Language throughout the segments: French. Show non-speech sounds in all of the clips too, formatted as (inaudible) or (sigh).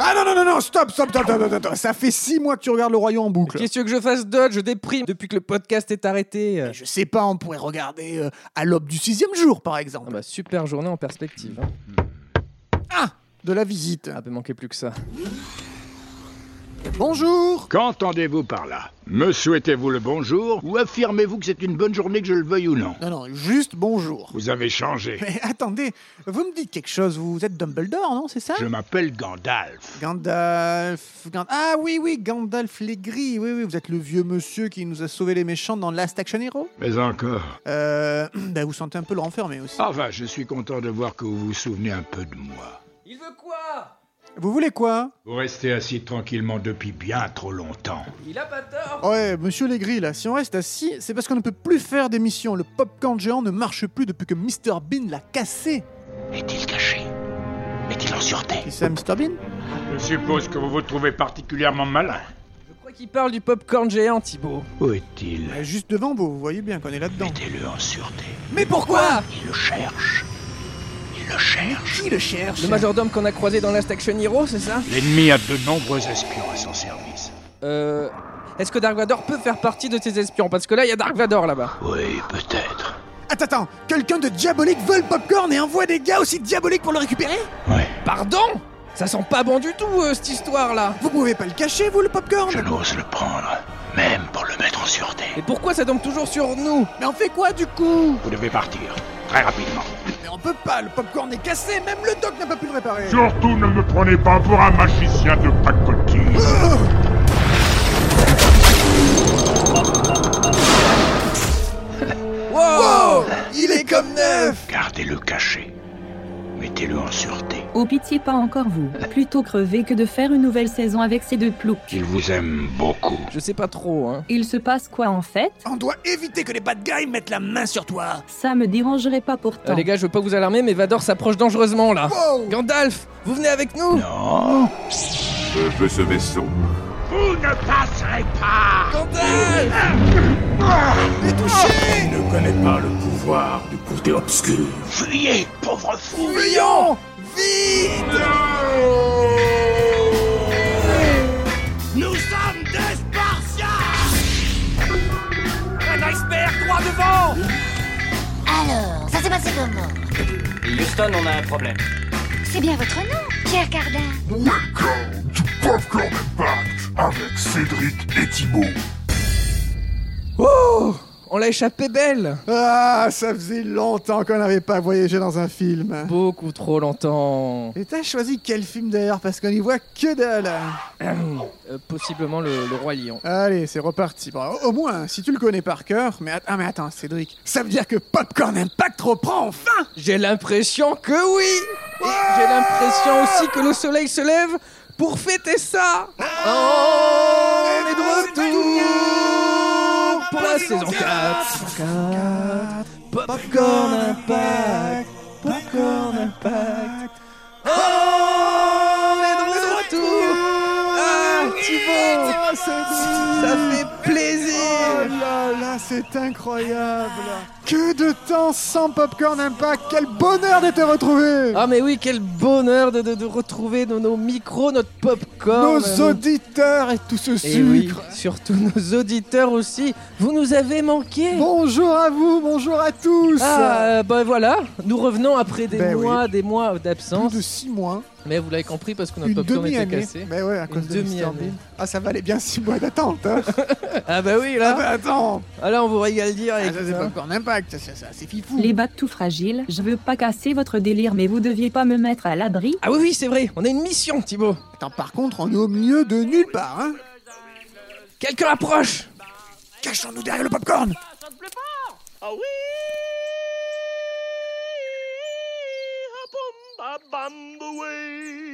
Ah non, non, non, non, stop, stop, stop, stop, stop, stop. Ça fait six mois que tu regardes le royaume en boucle. Qu'est-ce que tu veux que je fasse d'autre Je déprime depuis que le podcast est arrêté. Je sais pas, on pourrait regarder euh, à l'aube du sixième jour, par exemple. Ah bah, super journée en perspective. hein. Ah De la visite. Ah, peut manquer plus que ça. Bonjour Qu'entendez-vous par là Me souhaitez-vous le bonjour ou affirmez-vous que c'est une bonne journée que je le veuille ou non Non, non, juste bonjour. Vous avez changé. Mais attendez, vous me dites quelque chose, vous êtes Dumbledore, non, c'est ça Je m'appelle Gandalf. Gandalf, Gan- Ah oui, oui, Gandalf les Gris, oui, oui, vous êtes le vieux monsieur qui nous a sauvé les méchants dans Last Action Hero Mais encore. Euh, (clears throat) bah, vous sentez un peu le renfermé aussi. Enfin, je suis content de voir que vous vous souvenez un peu de moi. Il veut quoi Vous voulez quoi Vous restez assis tranquillement depuis bien trop longtemps. Il a pas tort Ouais, monsieur Legris, là, si on reste assis, c'est parce qu'on ne peut plus faire des missions. Le popcorn géant ne marche plus depuis que Mr. Bean l'a cassé. Est-il caché Est-il en sûreté C'est ça, Mr. Bean Je suppose que vous vous trouvez particulièrement malin. Je crois qu'il parle du popcorn géant, Thibaut. Où est-il Euh, Juste devant vous, vous voyez bien qu'on est là-dedans. Mettez-le en sûreté. Mais pourquoi Il le cherche. Il le cherche. Qui le cherche Le majordome qu'on a croisé dans Last Action Hero, c'est ça L'ennemi a de nombreux espions à son service. Euh. Est-ce que Dark Vador peut faire partie de ces espions Parce que là, il y a Dark Vador là-bas. Oui, peut-être. Attends, attends, quelqu'un de diabolique veut le popcorn et envoie des gars aussi diaboliques pour le récupérer Ouais, Pardon Ça sent pas bon du tout, euh, cette histoire-là Vous pouvez pas le cacher, vous, le popcorn je n'ose le prendre, même pour le mettre en sûreté. Et pourquoi ça tombe toujours sur nous Mais on fait quoi, du coup Vous devez partir, très rapidement. Mais on peut pas, le popcorn est cassé, même le doc n'a pas pu le réparer. Surtout ne me prenez pas pour un magicien de pacotille. Wow Oh, il est comme neuf Gardez-le caché. Mettez-le en sûreté. Oh pitié pas encore vous. Plutôt crever que de faire une nouvelle saison avec ces deux ploucs. Il vous aime beaucoup. Je sais pas trop, hein. Il se passe quoi en fait On doit éviter que les bad guys mettent la main sur toi. Ça me dérangerait pas Euh, pourtant. les gars, je veux pas vous alarmer, mais Vador s'approche dangereusement là. Wow Gandalf, vous venez avec nous Non, Je veux ce vaisseau. vous ne passerez pas Gandalf Il est touché Ne connais pas le pouvoir du côté obscur. Fuyez, pauvre fou Fuyons Vite Nous sommes des Spartiates Un iceberg droit devant Alors, ça s'est passé comment Houston, on a un problème. C'est bien votre nom, Pierre Cardin. Welcome to Popcorn Impact avec Cédric et Thibault. Oh On l'a échappé belle Ah, ça faisait longtemps qu'on n'avait pas voyagé dans un film. Beaucoup trop longtemps. Et t'as choisi quel film d'ailleurs Parce qu'on y voit que dalle. Euh, possiblement le, le Roi Lion. Allez, c'est reparti. Bon, au- au moins, si tu le connais par cœur. Mais, att- ah, mais attends, Cédric, ça veut dire que Popcorn Impact reprend enfin J'ai l'impression que oui Et J'ai l'impression aussi que le soleil se lève pour fêter ça Oh, On est de retour pour la saison 4 Popcorn Impact Popcorn Impact Oh, Oh, On est de retour Ah, Thibaut Oh, Cédric Ça fait Oh plaisir là là, c'est incroyable Que de temps sans Popcorn Impact Quel bonheur de te retrouver ah mais oui, quel bonheur de, de- de retrouver nos, nos micros, notre popcorn, Nos nos- auditeurs et tout ce Et sucre Eh oui, surtout (laughs) nos auditeurs aussi. Vous nous avez manqué. Bonjour à vous, bonjour à tous ah, euh, ben voilà, nous revenons après des Ben oui. mois, des mois Plus d'absence. de 6 mois, Mais vous l'avez compris parce que notre une popcorn était demi-année. cassé. Mais ouais, à cause de demi-année. Mr. Bean. Ah, ça valait bien 6 mois d'attente, hein Ah bah oui Ah là. bah (laughs) attends Ah là on vous régale hein. dire Ah, avec Ça, c'est ça. Popcorn Impact, ça, ça, ça, c'est fifou Les bacs tout fragiles, je veux pas casser votre délire mais vous deviez pas me mettre à l'abri. Ah oui oui c'est vrai, on a une mission Thibaut. Attends, par contre, on est au milieu de nulle part, hein Quelqu'un approche. Cachons-nous derrière le popcorn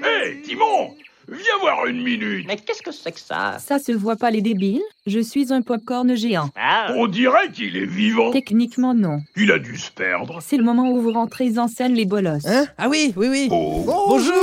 Hé, Timon Viens voir une minute Mais qu'est-ce que c'est que ça Ça se voit pas les débiles, je suis un popcorn géant. Ah, On dirait qu'il est vivant Techniquement non. Il a dû se perdre C'est le moment où vous rentrez en scène Hein les bolosses. Hein Ah oui oui oui. Oh Bonjour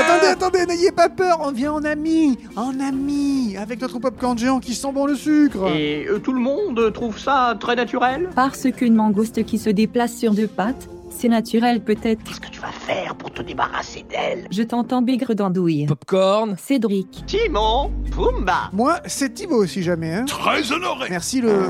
Attends, attendez, attendez, n'ayez pas peur, on vient en ami, en ami, avec notre popcorn géant qui sent bon le sucre. Et euh, tout le monde trouve ça très naturel Parce qu'une mangoste qui se déplace sur deux pattes, c'est naturel peut-être. Qu'est-ce que tu vas faire pour te débarrasser d'elle Je t'entends bigre d'andouille. Popcorn. Cédric, Timon Pumba Moi, c'est Thibaut si jamais. Hein. Très honoré. Merci le.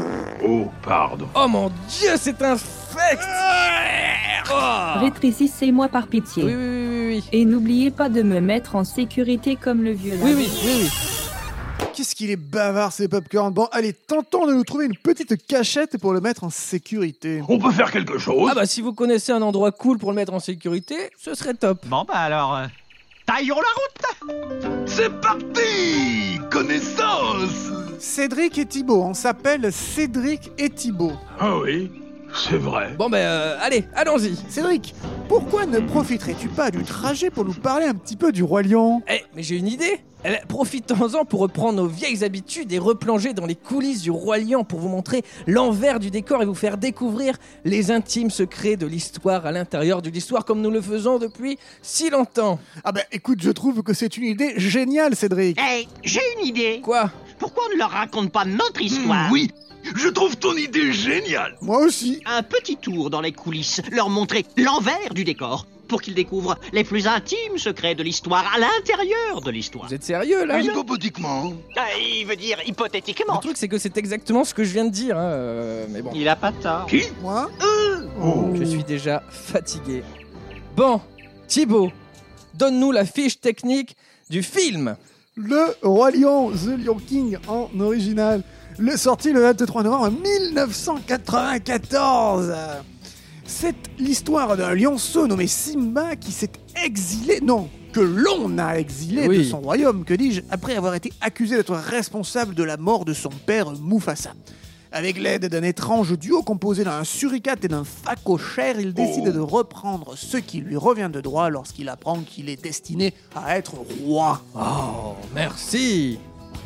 Oh, pardon. Oh mon dieu, c'est infect Ah. Oh. rétrécissez-moi par pitié. Oui, oui, oui, oui. Et n'oubliez pas de me mettre en sécurité comme le vieux. là. Oui, oui, oui, oui. Qu'est-ce qu'il est bavard ces popcorn. Bon, allez, tentons de nous trouver une petite cachette pour le mettre en sécurité. On peut faire quelque chose Ah bah si vous connaissez un endroit cool pour le mettre en sécurité, ce serait top. Bon bah alors, euh, taillons la route C'est parti Connaissance Cédric et Thibaut, on s'appelle Cédric et Thibaut. Ah oui, c'est vrai. Bon bah euh, allez, allons-y. Cédric, pourquoi ne profiterais-tu pas du trajet pour nous parler un petit peu du roi lion Eh, mais j'ai une idée. Eh ben, Profitons-en pour reprendre nos vieilles habitudes et replonger dans les coulisses du roi lion pour vous montrer l'envers du décor et vous faire découvrir les intimes secrets de l'histoire à l'intérieur de l'histoire comme nous le faisons depuis si longtemps. Ah bah écoute, je trouve que c'est une idée géniale, Cédric. Hey, Eh, j'ai une idée. Quoi Pourquoi on ne leur raconte pas Hmm, notre histoire Hmm, Oui, je trouve ton idée géniale. Moi aussi. Un petit tour dans les coulisses, leur montrer l'envers du décor, pour qu'ils découvrent les plus intimes secrets de l'histoire à l'intérieur de l'histoire. Vous êtes sérieux Ah là hein. Hypopodiquement. Ah, il veut dire Le hypothétiquement. truc c'est que c'est exactement ce que je viens de dire, hein, euh, mais bon. Il a pas tort. Qui Moi Oh. Je suis déjà fatigué. Bon, Thibaut, donne-nous la fiche technique du film. Le Roi Lion, The Lion King en original. Le sorti le 23 novembre 1994. C'est l'histoire d'un lionceau nommé Simba qui s'est exilé, non, que l'on a exilé de Oui. son royaume, que dis-je, après avoir été accusé d'être responsable de la mort de son père Mufasa. Avec l'aide d'un étrange duo composé d'un suricate et d'un facochère, il décide de reprendre ce qui lui revient de droit lorsqu'il apprend qu'il est destiné à être roi. Oh, merci.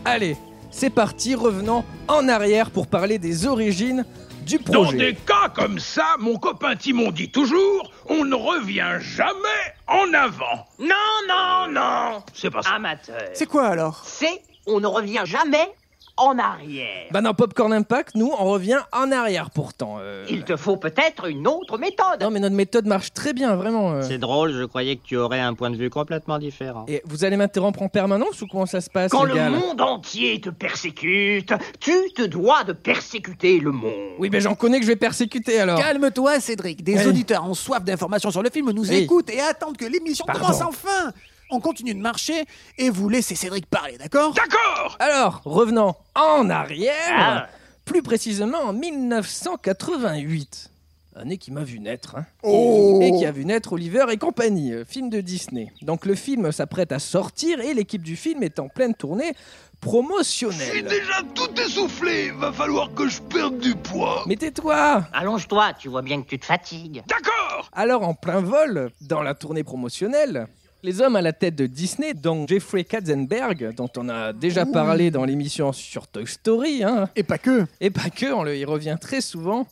Allez, c'est parti, revenons en arrière pour parler des origines du Dans projet. des cas comme ça, mon copain Timon dit toujours, on ne revient jamais en avant. Non, non, non. C'est pas ça. Amateur. C'est quoi alors C'est on ne revient jamais en arrière. Bah dans Popcorn Impact, nous, on revient en arrière pourtant. euh. Il te faut peut-être une autre méthode. Non mais notre méthode marche très bien, vraiment. euh. C'est drôle, je croyais que tu aurais un point de vue complètement différent. Et vous allez m'interrompre en permanence ou comment ça se passe, Quand les le gars, là monde entier te persécute, tu te dois de persécuter le monde. Oui, ben j'en connais que je vais persécuter alors. Ah. Calme-toi, Cédric. Des Oui. auditeurs en soif d'informations sur le film nous Oui. écoutent et attendent que l'émission Pardon. commence enfin. On continue de marcher et vous laissez Cédric parler, d'accord D'accord Alors, revenons en arrière, Ah. plus précisément en 1988. Année qui m'a vu naître, hein. Oh. Et qui a vu naître Oliver et compagnie, euh, film de Disney. Donc le film s'apprête à sortir et l'équipe du film est en pleine tournée promotionnelle. déjà tout essoufflé, va falloir que je perde du poids. Mais tais-toi Allonge-toi, tu vois bien que tu te fatigues. D'accord Alors en plein vol, dans la tournée promotionnelle, les hommes à la tête de Disney, dont Jeffrey Katzenberg, dont on a déjà parlé dans l'émission sur Toy Story, hein, Et pas que. et pas que, on le, il revient très souvent,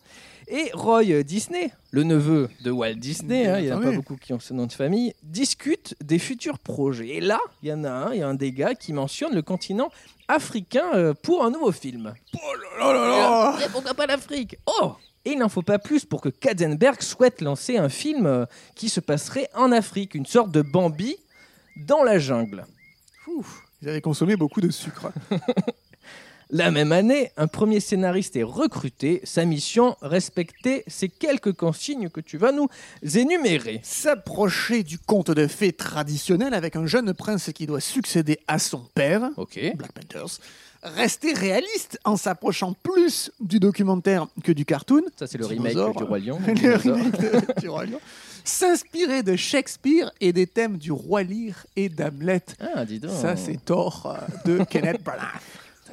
et Roy euh, Disney, le neveu de Walt Disney, hein, il n'y en a Ah pas oui. beaucoup qui ont ce nom de famille, discutent des futurs projets. Et là, il y en a un, il y a un des gars qui mentionne le continent africain euh, pour un nouveau film. Oh Et euh, là, pourquoi pas l'Afrique Oh et il n'en faut pas plus pour que Katzenberg souhaite lancer un film euh, qui se passerait en Afrique, une sorte de Bambi dans la jungle. Ils avaient consommé beaucoup de sucre. La même année, un premier scénariste est recruté, sa mission, respecter ces quelques consignes que tu vas nous énumérer. S'approcher du conte de fées traditionnel avec un jeune prince qui doit succéder à son père, Ok. Black Panthers. Rester réaliste en s'approchant plus du documentaire que du cartoon. Ça, c'est le remake Dinosaure. du (laughs) Roi Lion. Le remake de- du Roi Lion. S'inspirer de Shakespeare et des thèmes du Roi Lear et d'Hamlet. Ah, dis donc. Ça, c'est Thor euh, de (laughs) Kenneth Branagh.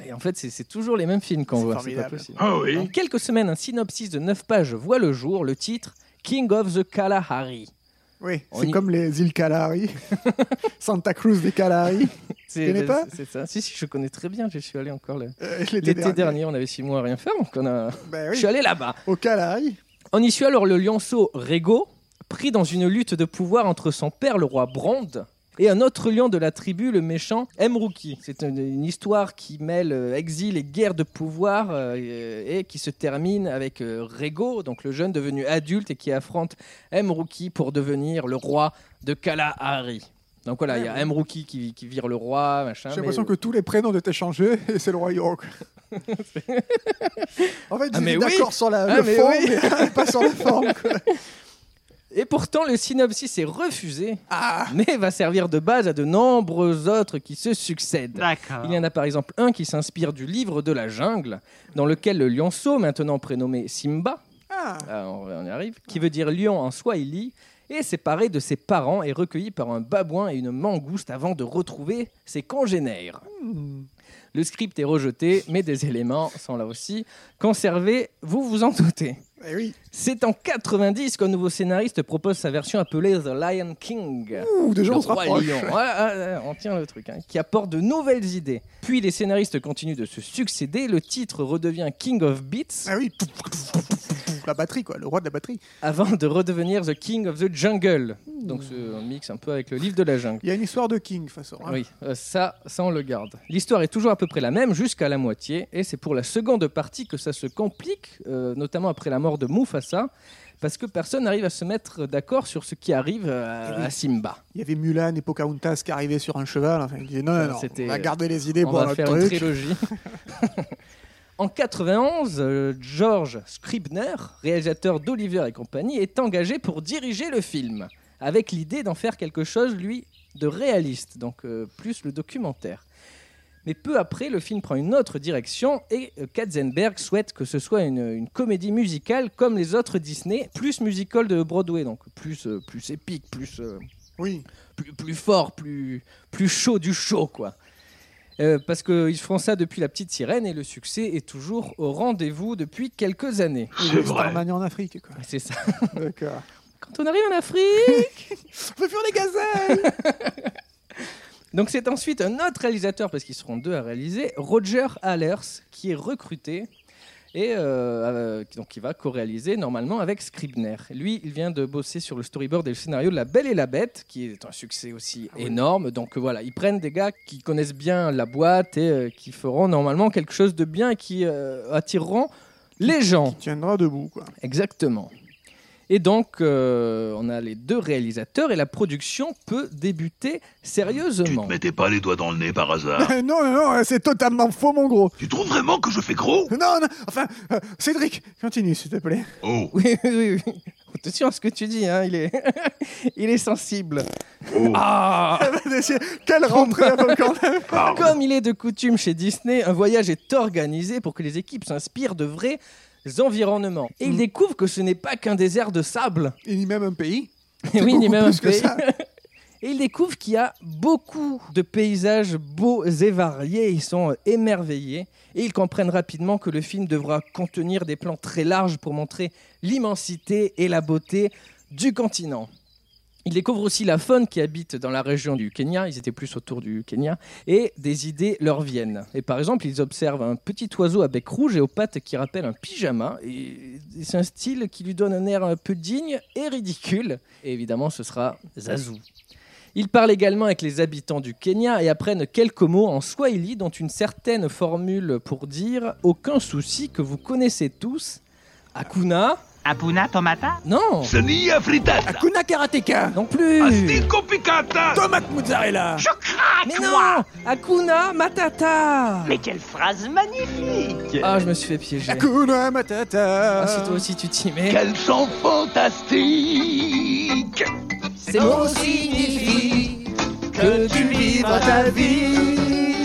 Et En fait, c'est- c'est toujours les mêmes films qu'on C'est voit. C'est formidable. pas possible. Ah En oui quelques semaines, un synopsis de 9 pages voit le jour, le titre King of the Kalahari. Oui, On c'est y- comme les îles (laughs) Canaries. Santa Cruz des Canaries. C'est- connais pas C'est ça. Si, si, je connais très bien. Je suis allé encore le- Euh, L'été l'été dernier. On avait 6 mois à rien faire. Donc on a... Ben Je oui, suis allé là-bas. aux Canaries. On y suit alors le lionceau Rego, pris dans une lutte de pouvoir entre son père, le roi Bronde, Et un autre lion de la tribu, le méchant Mruki. C'est une, une histoire qui mêle euh, exil et guerre de pouvoir euh, et qui se termine avec euh, Rego, donc le jeune devenu adulte et qui affronte Mruki pour devenir le roi de Kalahari. Donc voilà, il y a Mruki qui, qui vire le roi, machin. J'ai mais- l'impression que tous les prénoms étaient changés et c'est le roi (laughs) York. en fait, Ah, j'étais mais oui. d'accord sur la, Ah, le mais fond, oui. mais pas sur la forme. (laughs) quoi. Et pourtant, le synopsis est refusé, Ah, mais va servir de base à de nombreux autres qui se succèdent. D'accord. Il y en a par exemple un qui s'inspire du livre de la jungle, dans lequel le lionceau, maintenant prénommé Simba, ah. ah, on on y arrive, qui veut dire lion en swahili, est séparé de ses parents et recueilli par un babouin et une mangouste avant de retrouver ses congénères. Hmm. Le script est rejeté, mais des éléments sont là aussi conservés, vous vous en doutez. Ben Eh oui. C'est en 90 qu'un nouveau scénariste propose sa version appelée The Lion King. Ouh, déjà, Le on se roi rapproche. lion. Ouais, ouais, ouais, on tient le truc. hein, qui apporte de nouvelles idées. Puis les scénaristes continuent de se succéder. Le titre redevient King of Beats Ah oui. La batterie, quoi. Le roi de la batterie. avant de redevenir The King of the Jungle. Donc ce un mix un peu avec le livre de la jungle. Il y a une histoire de King, de toute façon. hein. Oui, euh, ça, ça on le garde. L'histoire est toujours à peu près la même jusqu'à la moitié, et c'est pour la seconde partie que ça se complique, euh, notamment après la mort de Mufasa, parce que personne n'arrive à se mettre d'accord sur ce qui arrive euh, à Simba. Il y avait Mulan et Pocahontas qui arrivaient sur un cheval. Enfin, ils disaient non, non, non, C'était- on va garder les idées On pour va notre faire une truc. trilogie. (laughs) en 91, euh, George Scribner, réalisateur d'Oliver et compagnie, est engagé pour diriger le film, avec l'idée d'en faire quelque chose, lui, de réaliste, donc euh, plus le documentaire. Mais peu après, le film prend une autre direction et euh, Katzenberg souhaite que ce soit une, une comédie musicale comme les autres Disney, plus musical de Broadway, donc plus, euh, plus épique, plus... euh, Oui. plus, plus fort, plus, plus chaud du chaud, quoi. Euh, parce qu'ils font ça depuis La Petite Sirène et le succès est toujours au rendez-vous depuis quelques années. C'est Starman en Afrique, (laughs) quoi. C'est ça. D'accord. Quand on arrive en (laughs) Afrique On peut fuir les gazelles (laughs) Donc c'est ensuite un autre réalisateur, parce qu'ils seront deux à réaliser, Roger Allers, qui est recruté et euh, euh, donc qui va co-réaliser normalement avec Scribner. Lui, il vient de bosser sur le storyboard et le scénario de La Belle et la Bête, qui est un succès aussi Ah énorme. Donc euh, voilà, ils prennent des gars qui connaissent bien la boîte et euh, qui feront normalement quelque chose de bien et qui euh, attireront les gens. Il tiendra debout, quoi. (laughs) Exactement. Et donc, euh, on a les deux réalisateurs et la production peut débuter Tu sérieusement. te mettais pas les doigts dans le nez par hasard. non, non, non, c'est totalement faux, mon gros. tu trouves vraiment que je fais gros Non, non, enfin, euh, Cédric, continue, s'il te plaît. Oh, (laughs) Oui, oui, oui. Attention à ce que tu dis, hein, il, est... (laughs) il est sensible. oh, Ah (laughs) Quelle rentrée (laughs) avant pardon. Comme il est de coutume chez Disney, un voyage est organisé pour que les équipes s'inspirent de vrais environnements. Et ils découvrent que ce n'est pas qu'un désert de sable. Et ni même un pays. Et (laughs) oui, beaucoup ni même un plus que pays. (laughs) ça. Et ils découvrent qu'il y a beaucoup de paysages beaux et variés. Ils sont euh, émerveillés. Et ils comprennent rapidement que le film devra contenir des plans très larges pour montrer l'immensité et la beauté du continent. Ils découvrent aussi la faune qui habite dans la région du Kenya, ils étaient plus autour du Kenya, et des idées leur viennent. Et par exemple, ils observent un petit oiseau à bec rouge et aux pattes qui rappellent un pyjama, et c'est un style qui lui donne un air un peu digne et ridicule. Et évidemment, ce sera Zazu. Ils parlent également avec les habitants du Kenya et apprennent quelques mots en swahili, dont une certaine formule pour dire aucun souci que vous connaissez tous. Akuna Apuna Tomata Non Sania frittata. Hakuna Karateka Non plus Astico piccata. Tomate mozzarella Je craque, Mais moi non Akuna Matata Mais quelle phrase magnifique Ah, je me suis fait piéger. Hakuna Ah, si Matata toi aussi tu t'y mets. Quel chant fantastique C'est bon signifie que tu vivras ta vie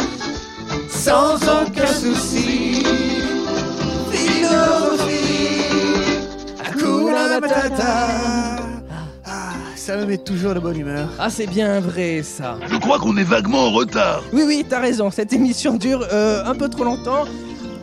sans aucun souci. Hakuna Matata Ah, ça me met toujours de bonne humeur. Ah, c'est bien vrai ça. Je crois qu'on est vaguement en retard. Oui, oui, t'as raison, cette émission dure euh, un peu trop longtemps.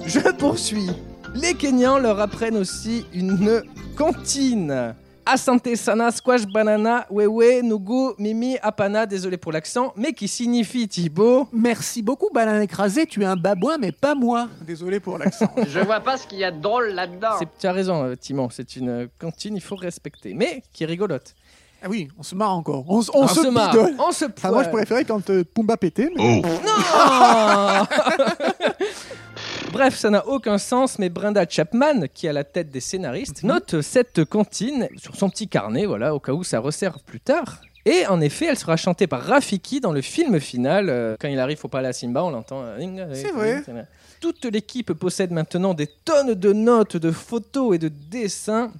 Je poursuis. Les Kenyans leur apprennent aussi une cantine. Asante sana, squash, banana, wewe, nugu, mimi, apana, désolé pour l'accent, mais qui signifie Thibaut. Merci beaucoup, Balin écrasé. Tu es un babouin, mais pas moi. Désolé pour l'accent. (laughs) Je vois pas ce qu'il y a de drôle là-dedans. C'est- Tu as raison, euh, Timon, c'est une euh, cantine, il faut respecter, mais qui est rigolote. Ah oui, on se marre encore. On, s- on Ah, On se, se marre, bidonne. on se Ah, moi, je poil. préférais quand euh, Pumba pétait. mais- Oh (laughs) Non Bref, ça n'a aucun sens, mais Brenda Chapman, qui est à la tête des scénaristes, Mhm. note cette comptine sur son petit carnet, voilà, au cas où ça resserre plus tard. Et en effet, elle sera chantée par Rafiki dans le film final. Euh, Quand il arrive au Palais à Simba, on l'entend. euh, C'est vrai. Toute l'équipe possède maintenant des tonnes de notes, de photos et de dessins.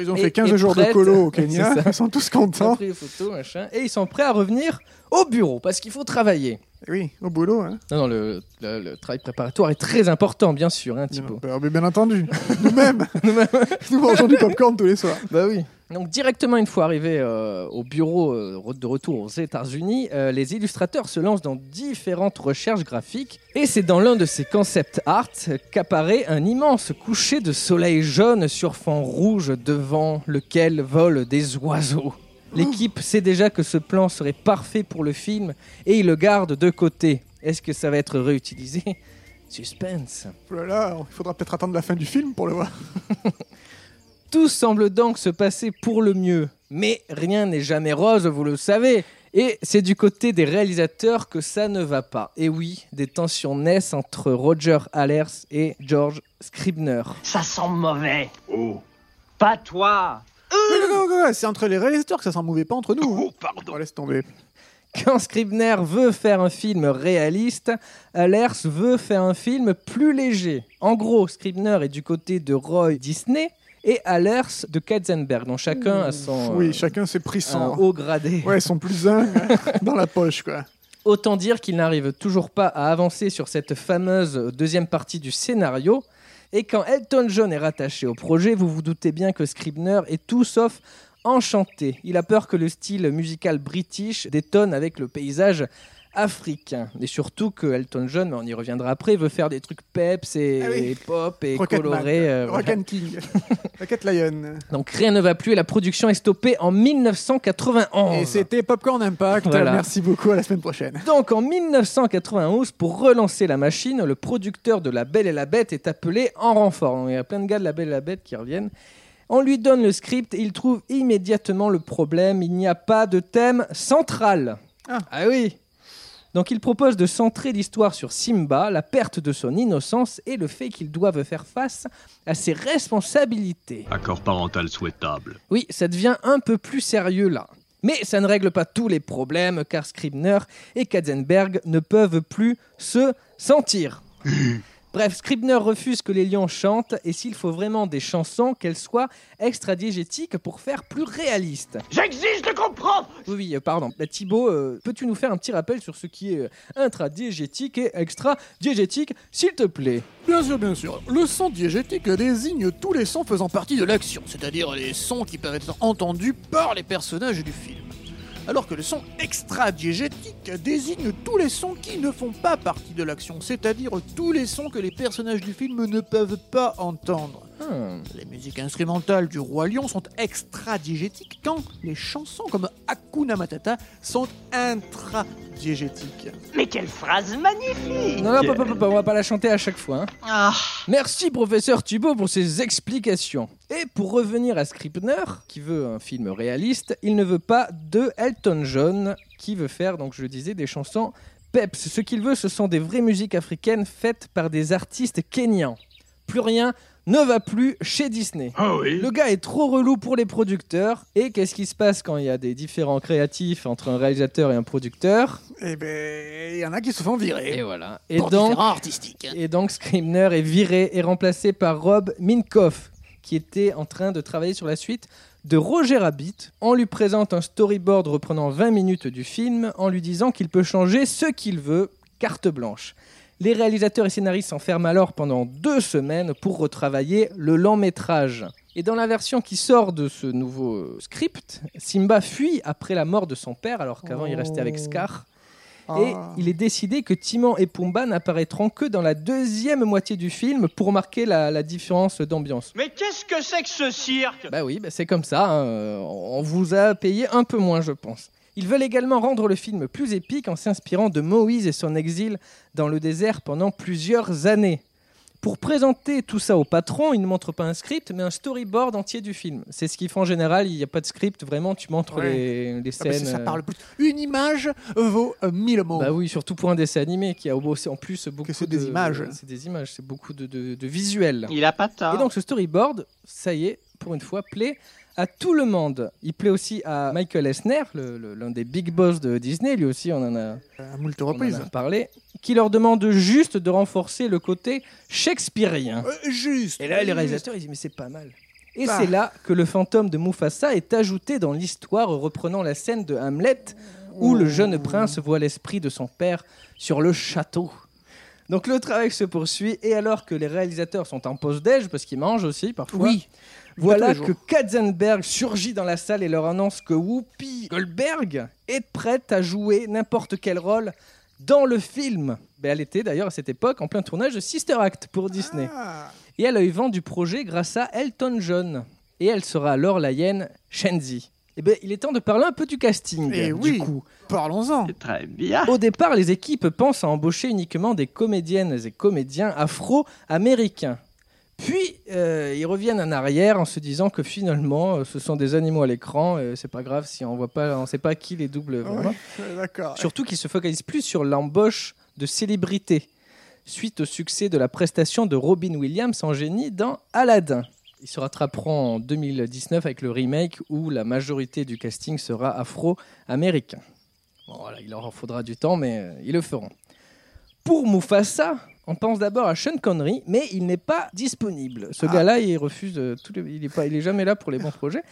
Ils ont Et- fait 15 et jours prête. de colo au Kenya. (laughs) C'est ça. Ils sont tous Ils ont contents. pris des photos, machin, et ils sont prêts à revenir au bureau parce qu'il faut travailler. Eh Oui, au boulot. Hein. Non, non, le, le- le travail préparatoire est très important, bien sûr, hein, Thibaut. Bah, mais bien (laughs) entendu. Nous-mêmes. Nous mangeons du popcorn tous les soirs. (laughs) Bah oui. Donc directement une fois arrivé euh, au bureau euh, re- de retour aux États-Unis, euh, les illustrateurs se lancent dans différentes recherches graphiques et c'est dans l'un de ces concept art euh, qu'apparaît un immense coucher de soleil jaune sur fond rouge devant lequel volent des oiseaux. L'équipe sait déjà que ce plan serait parfait pour le film et il le garde de côté. Est-ce que ça va être réutilisé Suspense. Oh là là, il faudra peut-être attendre la fin du film pour le voir. Tout semble donc se passer pour le mieux, mais rien n'est jamais rose, vous le savez. Et c'est du côté des réalisateurs que ça ne va pas. Et oui, des tensions naissent entre Roger Allers et George Scribner. Ça sent mauvais. Oh Pas toi. Non, non, non, non, C'est entre les réalisateurs que ça s'en mouvait pas entre nous. hein. Oh, pardon Oh, laisse tomber. Quand Scribner veut faire un film réaliste, Allers veut faire un film plus léger. En gros, Scribner est du côté de Roy Disney et Allers de Katzenberg, dont chacun a son oui, euh, chacun s'est pris un son. haut gradé. Ouais, son plus un euh, (laughs) dans la poche, quoi. Autant dire qu'il n'arrive toujours pas à avancer sur cette fameuse deuxième partie du scénario. Et quand Elton John est rattaché au projet, vous vous doutez bien que Scribner est tout sauf enchanté. Il a peur que le style musical british détonne avec le paysage africain. Et surtout que Elton John, mais on y reviendra après, veut faire des trucs peps et, Ah oui. et pop et Rocketman. colorés. euh, voilà. Rock and King. Rocket Lion. Donc rien ne va plus et la production est stoppée en 1991. Et c'était Popcorn Impact. Voilà. Merci beaucoup. À la semaine prochaine. Donc en 1991, pour relancer la machine, le producteur de La Belle et la Bête est appelé en renfort. Donc, Il y a plein de gars de La Belle et la Bête qui reviennent. On lui donne le script et il trouve immédiatement le problème. Il n'y a pas de thème central. Ah. oui Donc il propose de centrer l'histoire sur Simba, la perte de son innocence et le fait qu'ils doivent faire face à ses responsabilités. Accord parental souhaitable. Oui, ça devient un peu plus sérieux là. Mais ça ne règle pas tous les problèmes car Scribner et Katzenberg ne peuvent plus se sentir. Bref, Scribner refuse que les lions chantent et s'il faut vraiment des chansons, qu'elles soient extra-diégétiques pour faire plus réaliste. J'exige de comprendre. Oui, oui, euh, pardon. Bah, Thibaut, euh, peux-tu nous faire un petit rappel sur ce qui est euh, intra-diégétique et extra-diégétique, s'il te plaît Bien sûr, bien sûr. Le son diégétique désigne tous les sons faisant partie de l'action, c'est-à-dire les sons qui peuvent être entendus par les personnages du film. Alors que le son extra-diégétique désigne tous les sons qui ne font pas partie de l'action, c'est-à-dire tous les sons que les personnages du film ne peuvent pas entendre. Hmm. Les musiques instrumentales du Roi Lion sont extra-diégétiques quand les chansons comme Hakuna Matata sont intra-diégétiques. Mais quelle phrase magnifique. Non, non, pas, pas, pas, pas, on va pas la chanter à chaque fois. hein. Ah. Merci professeur Thibault pour ces explications. Et pour revenir à Scribner, qui veut un film réaliste, il ne veut pas de Elton John, qui veut faire, donc je le disais, des chansons peps. Ce qu'il veut, ce sont des vraies musiques africaines faites par des artistes kenyans. Plus rien ne va plus chez Disney. Ah oui Le gars est trop relou pour les producteurs. Et qu'est-ce qui se passe quand il y a des différents créatifs entre un réalisateur et un producteur Eh ben, il y en a qui se font virer. Et voilà. Et pour donc, différents artistiques. hein. Et donc Screamner est viré et remplacé par Rob Minkoff, qui était en train de travailler sur la suite de Roger Rabbit. On lui présente un storyboard reprenant 20 minutes du film en lui disant qu'il peut changer ce qu'il veut, carte blanche. Les réalisateurs et scénaristes s'enferment alors pendant deux semaines pour retravailler le long métrage. Et dans la version qui sort de ce nouveau euh, script, Simba fuit après la mort de son père alors qu'avant il restait avec Scar. Et Ah. il est décidé que Timon et Pumba n'apparaîtront que dans la deuxième moitié du film pour marquer la, la différence d'ambiance. Mais qu'est-ce que c'est que ce cirque Bah oui, bah c'est comme ça, hein, euh, on vous a payé un peu moins je pense. Ils veulent également rendre le film plus épique en s'inspirant de Moïse et son exil dans le désert pendant plusieurs années. Pour présenter tout ça au patron, il ne montre pas un script, mais un storyboard entier du film. C'est ce qu'ils font en général, il n'y a pas de script, vraiment, tu montres Ouais. les, les Ah, parce scènes. que ça euh, parle plus. Une image vaut euh, mille mots. Bah oui, surtout pour un dessin animé qui a au- en plus beaucoup c'est de- des images. Ah. C'est des images, c'est beaucoup de, de, de visuels. Il a pas tort. Et donc ce storyboard, ça y est, pour une fois, plaît à tout le monde. Il plaît aussi à Michael Esner, le- le- l'un des big boss de Disney, lui aussi, on en a, à moult on en reprises. a parlé, qui leur demande juste de renforcer le côté shakespearien. Euh, juste. Et là, les juste. réalisateurs, ils disent, mais c'est pas mal. Et Bah. c'est là que le fantôme de Mufasa est ajouté dans l'histoire reprenant la scène de Hamlet où le jeune prince voit l'esprit de son père sur le château. Donc le travail se poursuit et alors que les réalisateurs sont en pause déj parce qu'ils mangent aussi parfois, Oui. voilà Tous les que Katzenberg surgit dans la salle et leur annonce que Whoopi Goldberg est prête à jouer n'importe quel rôle dans le film. Ben, elle était d'ailleurs à cette époque en plein tournage de Sister Act pour Disney Ah, et elle a eu vent du projet grâce à Elton John. Et elle sera alors la hyène Shenzi. Eh ben, il est temps de parler un peu du casting. Eh du oui. coup. Parlons-en. Euh, Très bien. Au départ, les équipes pensent à embaucher uniquement des comédiennes et comédiens afro-américains. Puis, euh, ils reviennent en arrière en se disant que finalement, euh, ce sont des animaux à l'écran. euh, c'est pas grave si on voit pas, on sait pas qui les double. vraiment. Ouais, Euh, D'accord. Surtout qu'il se focalise plus sur l'embauche de célébrités, suite au succès de la prestation de Robin Williams en génie dans Aladdin. Ils se rattraperont en 2019 avec le remake où la majorité du casting sera afro-américain. Bon, voilà, il leur en faudra du temps, mais euh, ils le feront. Pour Mufasa, on pense d'abord à Sean Connery, mais il n'est pas disponible. Ce Ah. gars-là, il refuse, euh, tous les- il n'est pas- il est jamais là pour les bons projets.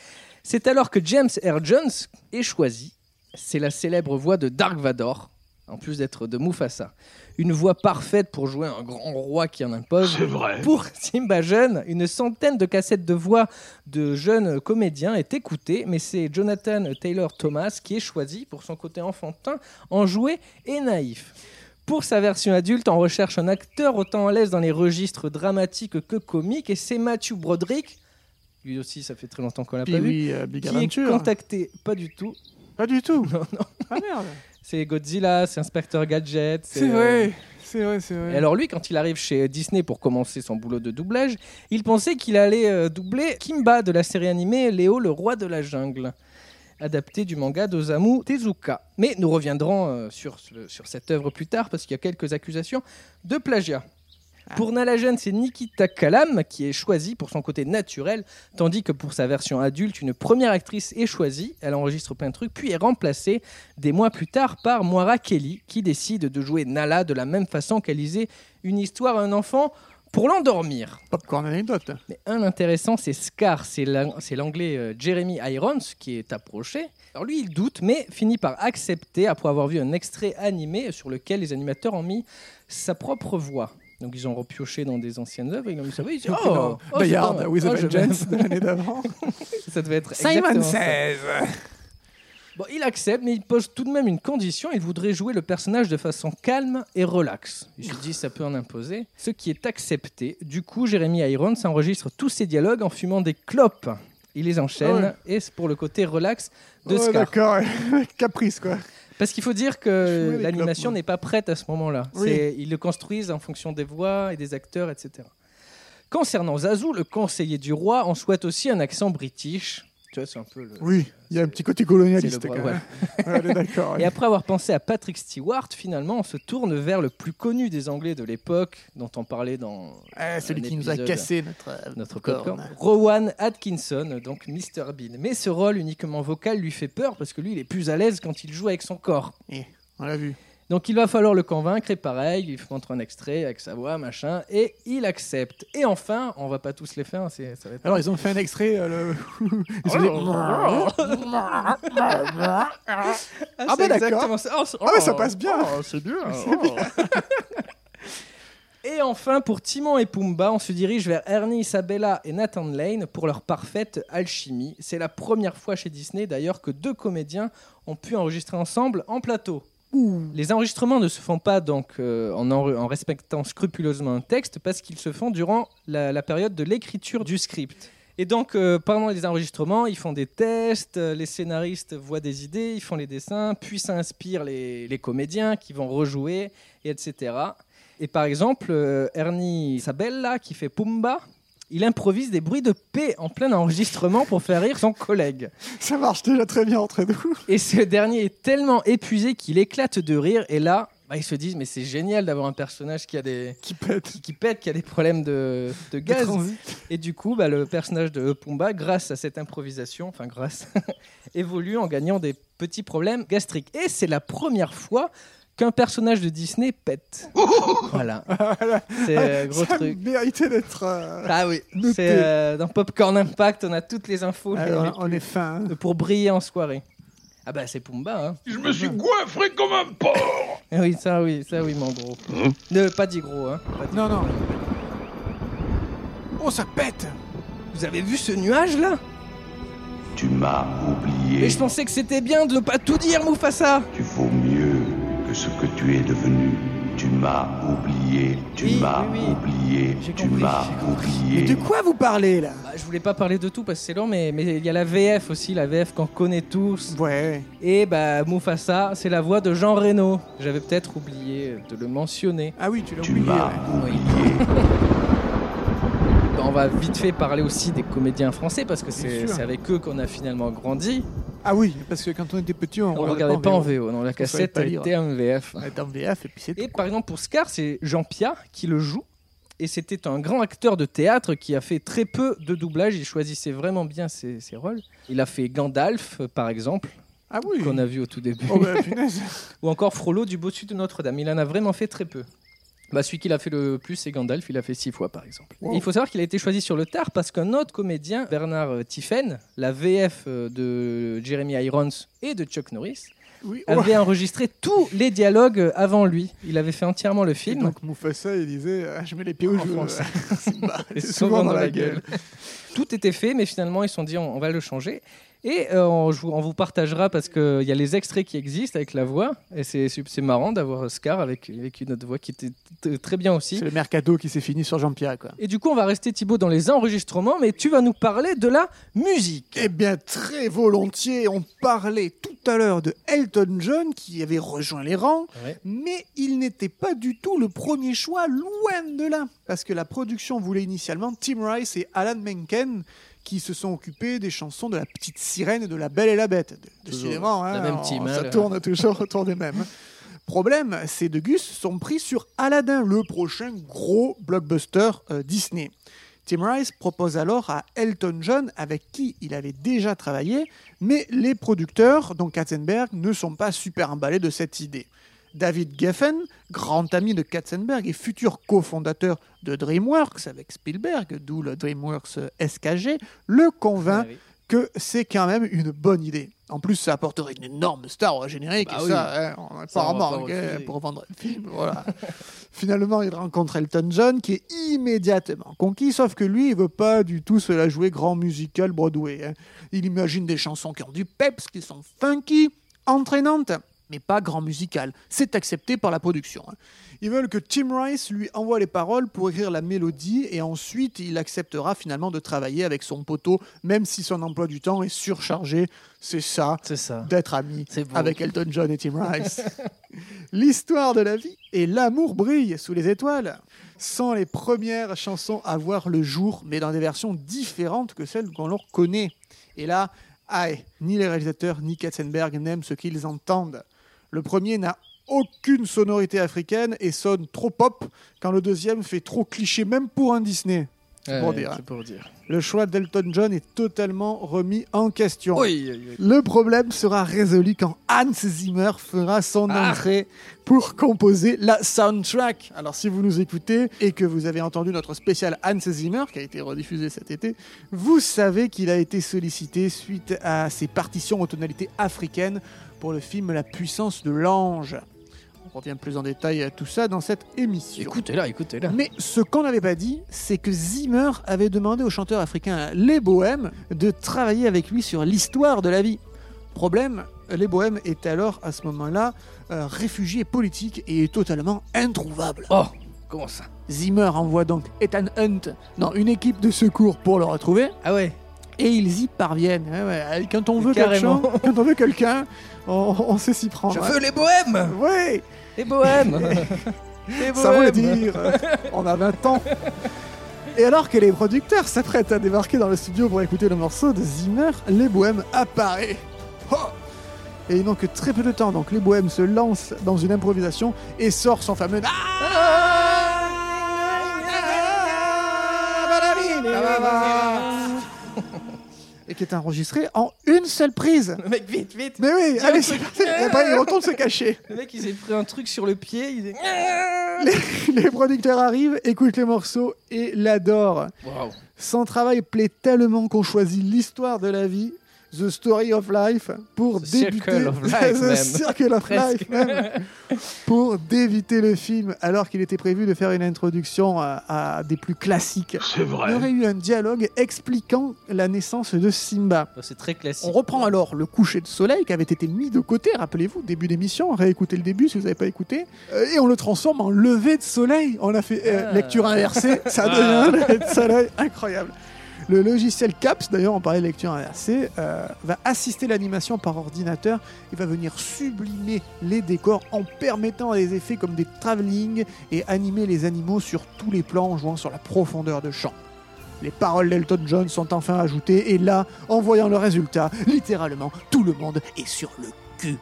C'est alors que James R. Jones est choisi. C'est la célèbre voix de Dark Vador, en plus d'être de Mufasa. Une voix parfaite pour jouer un grand roi qui en impose. C'est vrai. Pour Simba Jeune, une centaine de cassettes de voix de jeunes comédiens est écoutée, mais c'est Jonathan Taylor Thomas qui est choisi pour son côté enfantin, enjoué et naïf. Pour sa version adulte, on recherche un acteur autant à l'aise dans les registres dramatiques que comiques, et c'est Matthew Broderick, lui aussi ça fait très longtemps qu'on l'a pas vu, oui, euh, Big euh, qui est Adventure. contacté, pas du tout, Pas du tout. non, non, Ah merde. c'est Godzilla, c'est Inspecteur Gadget, C'est euh, vrai. C'est vrai, c'est vrai. et alors lui, quand il arrive chez Disney pour commencer son boulot de doublage, il pensait qu'il allait euh, doubler Kimba de la série animée Léo le roi de la jungle, adapté du manga d'Osamu Tezuka. Mais nous reviendrons euh, sur, ce- sur cette œuvre plus tard parce qu'il y a quelques accusations de plagiat. Pour Nala Jeune, c'est Nikita Kalam qui est choisie pour son côté naturel, tandis que pour sa version adulte, une première actrice est choisie. Elle enregistre plein de trucs, puis est remplacée des mois plus tard par Moira Kelly, qui décide de jouer Nala de la même façon qu'elle lisait une histoire à un enfant pour l'endormir. Popcorn anecdote. Mais un intéressant, c'est Scar, c'est l'ang- c'est l'anglais euh, Jeremy Irons qui est approché. Alors lui, il doute, mais finit par accepter après avoir vu un extrait animé sur lequel les animateurs ont mis sa propre voix. Donc ils ont repioché dans des anciennes œuvres, ils ont mis sa voix, ils disent, Donc, oh, dans oh, c'est Bayard pas mal. with Oh, a je- Vengeance de (laughs) l'année d'avant. Ça devait être Simon exactement ça. says. Bon, il accepte, mais il pose tout de même une condition. Il voudrait jouer le personnage de façon calme et relaxe. Il se dit, ça peut en imposer. Ce qui est accepté. Du coup, Jérémy Irons enregistre tous ses dialogues en fumant des clopes. Il les enchaîne, et c'est pour le côté relax de Ah Ouais, Scar. Oh, D'accord. (laughs) Caprice, quoi. Parce qu'il faut dire Fumer que des l'animation clopes, moi. n'est pas prête à ce moment-là. Oui. C'est- Ils le construisent en fonction des voix et des acteurs, etc. Concernant Zazu, le conseiller du roi, on souhaite aussi un accent british. Tu vois, c'est un peu le... Oui, il y a un petit côté c'est colonialiste, le quand bras- même. (laughs) Ouais, on est d'accord. Et après avoir pensé à Patrick Stewart, finalement, on se tourne vers le plus connu des Anglais de l'époque, dont on parlait dans Ah, celui un qui nous a épisode. cassé notre, euh, notre corne. popcorn, Rowan Atkinson, donc Mr. Bean. Mais ce rôle uniquement vocal lui fait peur parce que lui, il est plus à l'aise quand il joue avec son corps. On l'a vu. Donc il va falloir le convaincre et pareil, il lui montre un extrait avec sa voix, machin, et il accepte. Et enfin, on va pas tous les faire, hein, c'est- ça va être... Alors, ils ont fait un extrait. euh, le- (laughs) ils ont dit- Ah, ben, c'est d'accord. exactement ça. Oh, c'est- Ah, mais oh. ça passe bien. c'est bien. (laughs) et enfin, pour Timon et Pumba, on se dirige vers Ernie, Isabella et Nathan Lane pour leur parfaite alchimie. C'est la première fois chez Disney, d'ailleurs, que deux comédiens ont pu enregistrer ensemble en plateau. Les enregistrements ne se font pas donc euh, en, enre- en respectant scrupuleusement un texte parce qu'ils se font durant la, la période de l'écriture du script. Et donc euh, pendant les enregistrements, ils font des tests, euh, les scénaristes voient des idées, ils font les dessins, puis ça inspire les, les comédiens qui vont rejouer, et etc. Et par exemple, euh, Ernie Sabella, qui fait Pumba, il improvise des bruits de paix en plein enregistrement pour faire rire son collègue. Ça marche déjà très bien entre nous. (laughs) Et ce dernier est tellement épuisé qu'il éclate de rire. Et là, bah, ils se disent Mais c'est génial d'avoir un personnage qui a des. Qui pète. Qui, qui pète, qui a des problèmes de, De de gaz. transit. Et du coup, bah, le personnage de Pumba, grâce à cette improvisation, enfin grâce, (laughs) évolue en gagnant des petits problèmes gastriques. Et c'est la première fois qu'un personnage de Disney pète. voilà, Voilà. c'est euh, gros Ah, ça truc. méritait d'être. euh, Ah oui, Noté. c'est euh, dans Popcorn Impact, on a toutes les infos alors, euh, on est fin. hein. pour briller en soirée. Ah bah c'est Pumba, hein. Je me suis goinfré comme un porc Ah (laughs) oui, ça oui, ça oui, mon gros. Hein ne pas dit gros, hein. Pas dit- Non, non. Oh, ça pète Vous avez vu ce nuage là Tu m'as Mais oublié. je pensais que c'était bien de ne pas tout dire, Mufasa Tu vaux mieux que ce que tu es devenu. Tu m'as oublié. Tu Oui, m'as oui, oui. oublié. J'ai Tu compris, m'as j'ai Mais de oublié. quoi vous parlez là Bah, je voulais pas parler de tout parce que c'est long, mais mais il y a la VF aussi, la VF qu'on connaît tous. Ouais. Et bah Mufasa, c'est la voix de Jean Reno. J'avais peut-être oublié de le mentionner. Ah oui, tu l'as Tu oublié. m'as ouais. oublié. Bah, (laughs) on va vite fait parler aussi des comédiens français parce que c'est Bien sûr. c'est avec eux qu'on a finalement grandi. Ah oui, parce que quand on était petit, on, On ne regardait pas en VO, non, la savait cassette pas a lire. été en VF. On était en VF et puis c'est Et par exemple pour Scar, c'est Jean Pia qui le joue. Et c'était un grand acteur de théâtre qui a fait très peu de doublage. Il choisissait vraiment bien ses, ses rôles. Il a fait Gandalf, euh, par exemple, Ah oui qu'on a vu au tout début. Oh bah punaise Ou encore Frollo du Bossu de Notre-Dame. Il en a vraiment fait très peu. Bah, celui qui l'a fait le plus, c'est Gandalf. Il l'a fait six fois, par exemple. Wow. Et il faut savoir qu'il a été choisi sur le tard parce qu'un autre comédien, Bernard euh, Tiffen, la VF euh, de Jeremy Irons et de Chuck Norris, oui, oh. avait enregistré tous les dialogues euh, avant lui. Il avait fait entièrement le Et film. donc Mufasa, il disait euh, Je mets les pieds où En je veux. français. Simba, (laughs) Et (laughs) c'est souvent dans la gueule. Tout était fait, mais finalement, ils se sont dit on, on va le changer. Et euh, on, je vous- on vous partagera parce qu'il y a les extraits qui existent avec la voix. Et c'est c'est- c'est marrant d'avoir Scar avec, avec une autre voix qui était t- très bien aussi. C'est le mercado qui s'est fini sur Jean-Pierre, quoi. Et du coup, on va rester, Thibaut, dans les enregistrements, mais tu vas nous parler de la musique. Eh bien, très volontiers, on parlait tout à l'heure de Elton John qui avait rejoint les rangs, Ouais. mais il n'était pas du tout le premier choix, loin de là. Parce que la production voulait initialement Tim Rice et Alan Menken qui se sont occupés des chansons de La Petite Sirène et de La Belle et la Bête. De- Toujours Décidément, la hein, même on- team, hein, ça là. tourne toujours (laughs) autour des mêmes. Problème, ces deux gus sont pris sur Aladdin, le prochain gros blockbuster euh, Disney. Tim Rice propose alors à Elton John, avec qui il avait déjà travaillé, mais les producteurs, dont Katzenberg, ne sont pas super emballés de cette idée. David Geffen, grand ami de Katzenberg et futur cofondateur de DreamWorks avec Spielberg, d'où le DreamWorks SKG, le convainc Ah oui. que c'est quand même une bonne idée. En plus, ça apporterait une énorme star au générique, Bah et oui. ça, hein, on n'a Ça, pas on va pas remarqué refuser. pour vendre le film. Voilà. Finalement, il rencontre Elton John, qui est immédiatement conquis, sauf que lui, il veut pas du tout se la jouer grand musical Broadway. hein. Il imagine des chansons qui ont du peps, qui sont funky, entraînantes, mais pas grand musical. C'est accepté par la production. hein. Ils veulent que Tim Rice lui envoie les paroles pour écrire la mélodie et ensuite il acceptera finalement de travailler avec son poteau, même si son emploi du temps est surchargé. C'est ça, C'est ça. d'être ami C'est beau. avec Elton John et Tim Rice. (laughs) L'histoire de la vie et l'amour brille sous les étoiles. Sans les premières chansons à voir le jour, mais dans des versions différentes que celles qu'on leur connaît. Et là, aïe, ni les réalisateurs ni Katzenberg n'aiment ce qu'ils entendent. Le premier n'a aucune sonorité africaine et sonne trop pop, quand le deuxième fait trop cliché, même pour un Disney. Ouais, pour dire, hein. C'est pour dire. Le choix d'Elton John est totalement remis en question. Oui, oui, oui. Le problème sera résolu quand Hans Zimmer fera son Ah. entrée pour composer la soundtrack. Alors si vous nous écoutez et que vous avez entendu notre spécial Hans Zimmer qui a été rediffusé cet été, vous savez qu'il a été sollicité suite à ses partitions aux tonalités africaines pour le film La puissance de l'ange. On revient plus en détail à tout ça dans cette émission. Écoutez-la, écoutez-la. Mais ce qu'on n'avait pas dit, c'est que Zimmer avait demandé au chanteur africain Les Bohèmes de travailler avec lui sur l'histoire de la vie. Problème, Les Bohèmes est alors à ce moment-là euh, réfugié politique et est totalement introuvable. Oh, comment ça Zimmer envoie donc Ethan Hunt dans une équipe de secours pour le retrouver Ah ouais, et ils y parviennent. Ouais, ouais, Quand on veut Carrément. quelqu'un, quand on veut quelqu'un, on, on sait s'y prendre. je veux Oh, les bohèmes (laughs) Ouais. Les bohèmes Ça veut bah. dire euh, On a 20 ans Et alors que les producteurs s'apprêtent à débarquer dans le studio pour écouter le morceau de Zimmer, les bohèmes apparaît Oh Et ils n'ont que très peu de temps, donc les bohèmes se lancent dans une improvisation et sort son fameux Ah Ah, bah, et qui est enregistré en une seule prise. Le mec, vite, vite. Mais oui, Tiens, allez, le c'est truc. parti. Et après, il retourne se cacher. Le mec, il s'est pris un truc sur le pied. Il est... Les producteurs arrivent, écoutent les morceaux et l'adorent. Waouh. Son travail plaît tellement qu'on choisit l'histoire de la vie, The Story of Life, pour The débuter Circle (laughs) of Life, The même. Circle of Presque. Life, même. pour déviter le film, alors qu'il était prévu de faire une introduction à, à des plus classiques. C'est Il y vrai. aurait eu un dialogue expliquant la naissance de Simba. C'est très On classique. reprend alors le coucher de soleil qui avait été mis de côté, rappelez-vous, début d'émission, réécoutez le début si vous n'avez pas écouté, Euh, et on le transforme en lever de soleil. On a fait euh, Ah. lecture inversée, ça Ah. devient un lever de soleil incroyable. Le logiciel CAPS, d'ailleurs, on parlait de lecture inversée, euh, va assister l'animation par ordinateur et va venir sublimer les décors en permettant des effets comme des travelling et animer les animaux sur tous les plans en jouant sur la profondeur de champ. Les paroles d'Elton John sont enfin ajoutées et là, en voyant le résultat, littéralement, tout le monde est sur le cul.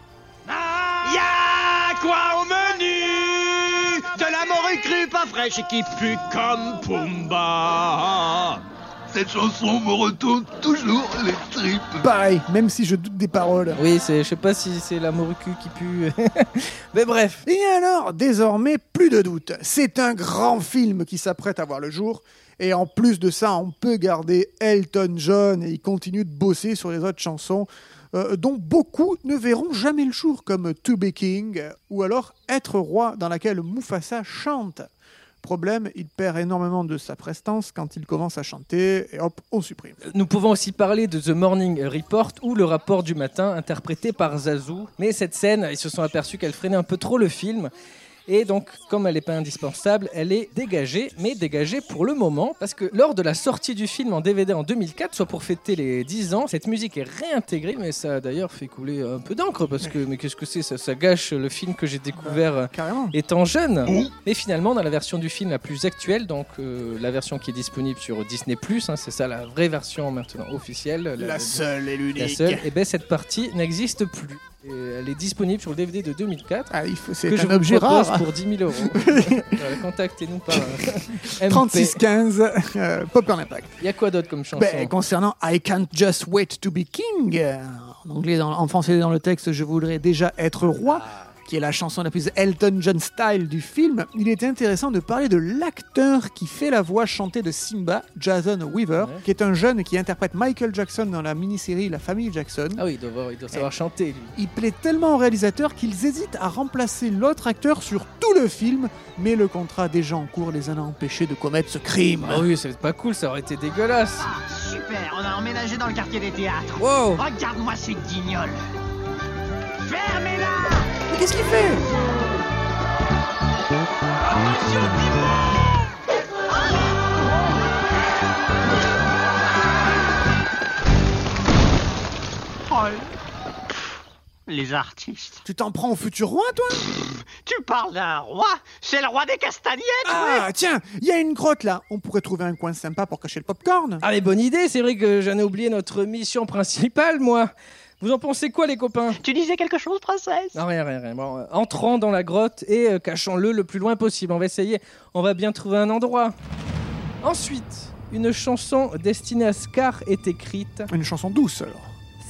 Y'a quoi au menu De la morue crue, pas fraîche, qui pue comme Pumba. Cette chanson me retourne toujours les tripes. Pareil, même si je doute des paroles. Oui, c'est, je sais pas si c'est la morucu qui pue. (laughs) Mais bref. Et alors, désormais, plus de doute. C'est un grand film qui s'apprête à voir le jour. Et en plus de ça, on peut garder Elton John et il continue de bosser sur les autres chansons, euh, dont beaucoup ne verront jamais le jour, comme To Be King euh, ou alors Être Roi, dans laquelle Mufasa chante. Problème, il perd énormément de sa prestance quand il commence à chanter et hop, on supprime. Nous pouvons aussi parler de The Morning Report ou le rapport du matin interprété par Zazu. Mais cette scène, ils se sont aperçus qu'elle freinait un peu trop le film. Et donc, comme elle n'est pas indispensable, elle est dégagée, mais dégagée pour le moment, parce que lors de la sortie du film en DVD en 2004, soit pour fêter les 10 ans, cette musique est réintégrée, mais ça a d'ailleurs fait couler un peu d'encre, parce que, mais qu'est-ce que c'est ça, ça gâche le film que j'ai découvert euh, Carrément. étant jeune. Mais finalement, dans la version du film la plus actuelle, donc euh, la version qui est disponible sur Disney+, hein, c'est ça la vraie version maintenant officielle, la, La seule et la l'unique. seule, et ben cette partie n'existe plus. Et elle est disponible sur le DVD de 2004 Ah, il faut- que c'est je un vous objet propose rare. pour 10 000 (laughs) euros. Voilà, Contactez-nous par euh, MP. 3615, euh, Popper Impact. Il y a quoi d'autre comme chanson Ben, concernant I can't just wait to be king, euh, en, anglais, dans- en français dans le texte, je voudrais déjà être roi, Ah. qui est la chanson la plus Elton John style du film, il était intéressant de parler de l'acteur qui fait la voix chantée de Simba, Jason Weaver, Ouais. qui est un jeune qui interprète Michael Jackson dans la mini-série La famille Jackson. Ah oui, il doit, avoir- il doit savoir Eh. chanter. Lui. Il plaît tellement au réalisateur qu'ils hésitent à remplacer l'autre acteur sur tout le film, mais le contrat déjà en cours les en a empêchés de commettre ce crime. Ah oui, c'est pas cool, ça aurait été dégueulasse. Ah, super, on a emménagé dans le quartier des théâtres. Wow. Regarde-moi ces guignols. Fermez-la Mais qu'est-ce qu'il fait Les artistes. Tu t'en prends au futur roi, toi Tu parles d'un roi C'est le roi des castagnettes, oui Ah, tiens, il y a une grotte là. On pourrait trouver un coin sympa pour cacher le popcorn. Ah mais bonne idée, c'est vrai que j'en ai oublié notre mission principale, moi. Vous en pensez quoi, les copains Tu disais quelque chose, princesse Non, rien, rien, rien. Bon, euh, entrons dans la grotte et euh, cachons-le le plus loin possible. On va essayer. On va bien trouver un endroit. Ensuite, une chanson destinée à Scar est écrite Une chanson douce alors.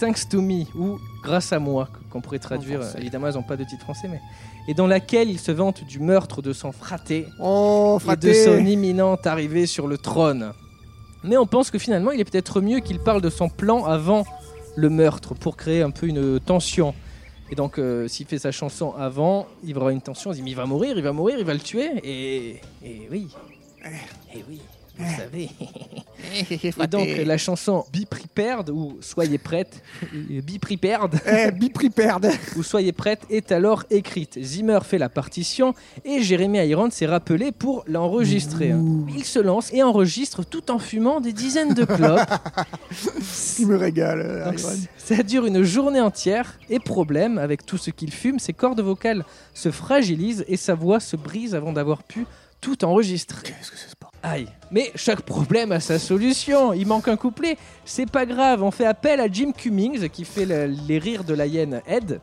Thanks to me ou Grâce à moi, que- qu'on pourrait traduire. français. euh, Évidemment, elles n'ont pas de titre français, mais. Et dans laquelle il se vante du meurtre de son fraté Oh, et de son (laughs) imminente arrivée sur le trône. Mais on pense que finalement, il est peut-être mieux qu'il parle de son plan avant le meurtre pour créer un peu une tension. Et donc, euh, s'il fait sa chanson avant, il y aura une tension. On se dit, mais il va mourir, il va mourir, il va le tuer. Et, et oui. Et oui. Vous savez. Et donc la chanson Be Prepared ou Soyez prête, euh, (laughs) Be Prepared Eh, be prepared. (laughs) ou Soyez prête est alors écrite. Zimmer fait la partition et Jérémy Irons s'est rappelé pour l'enregistrer. Il se lance et enregistre tout en fumant des dizaines de clopes. Il me régale, euh, Donc, Iron. ça dure une journée entière et problème avec tout ce qu'il fume, ses cordes vocales se fragilisent et sa voix se brise avant d'avoir pu tout enregistrer. Qu'est-ce que c'est ce sport Aïe. Mais chaque problème a sa solution. Il manque un couplet, c'est pas grave. On fait appel à Jim Cummings qui fait le- les rires de la hyène Ed.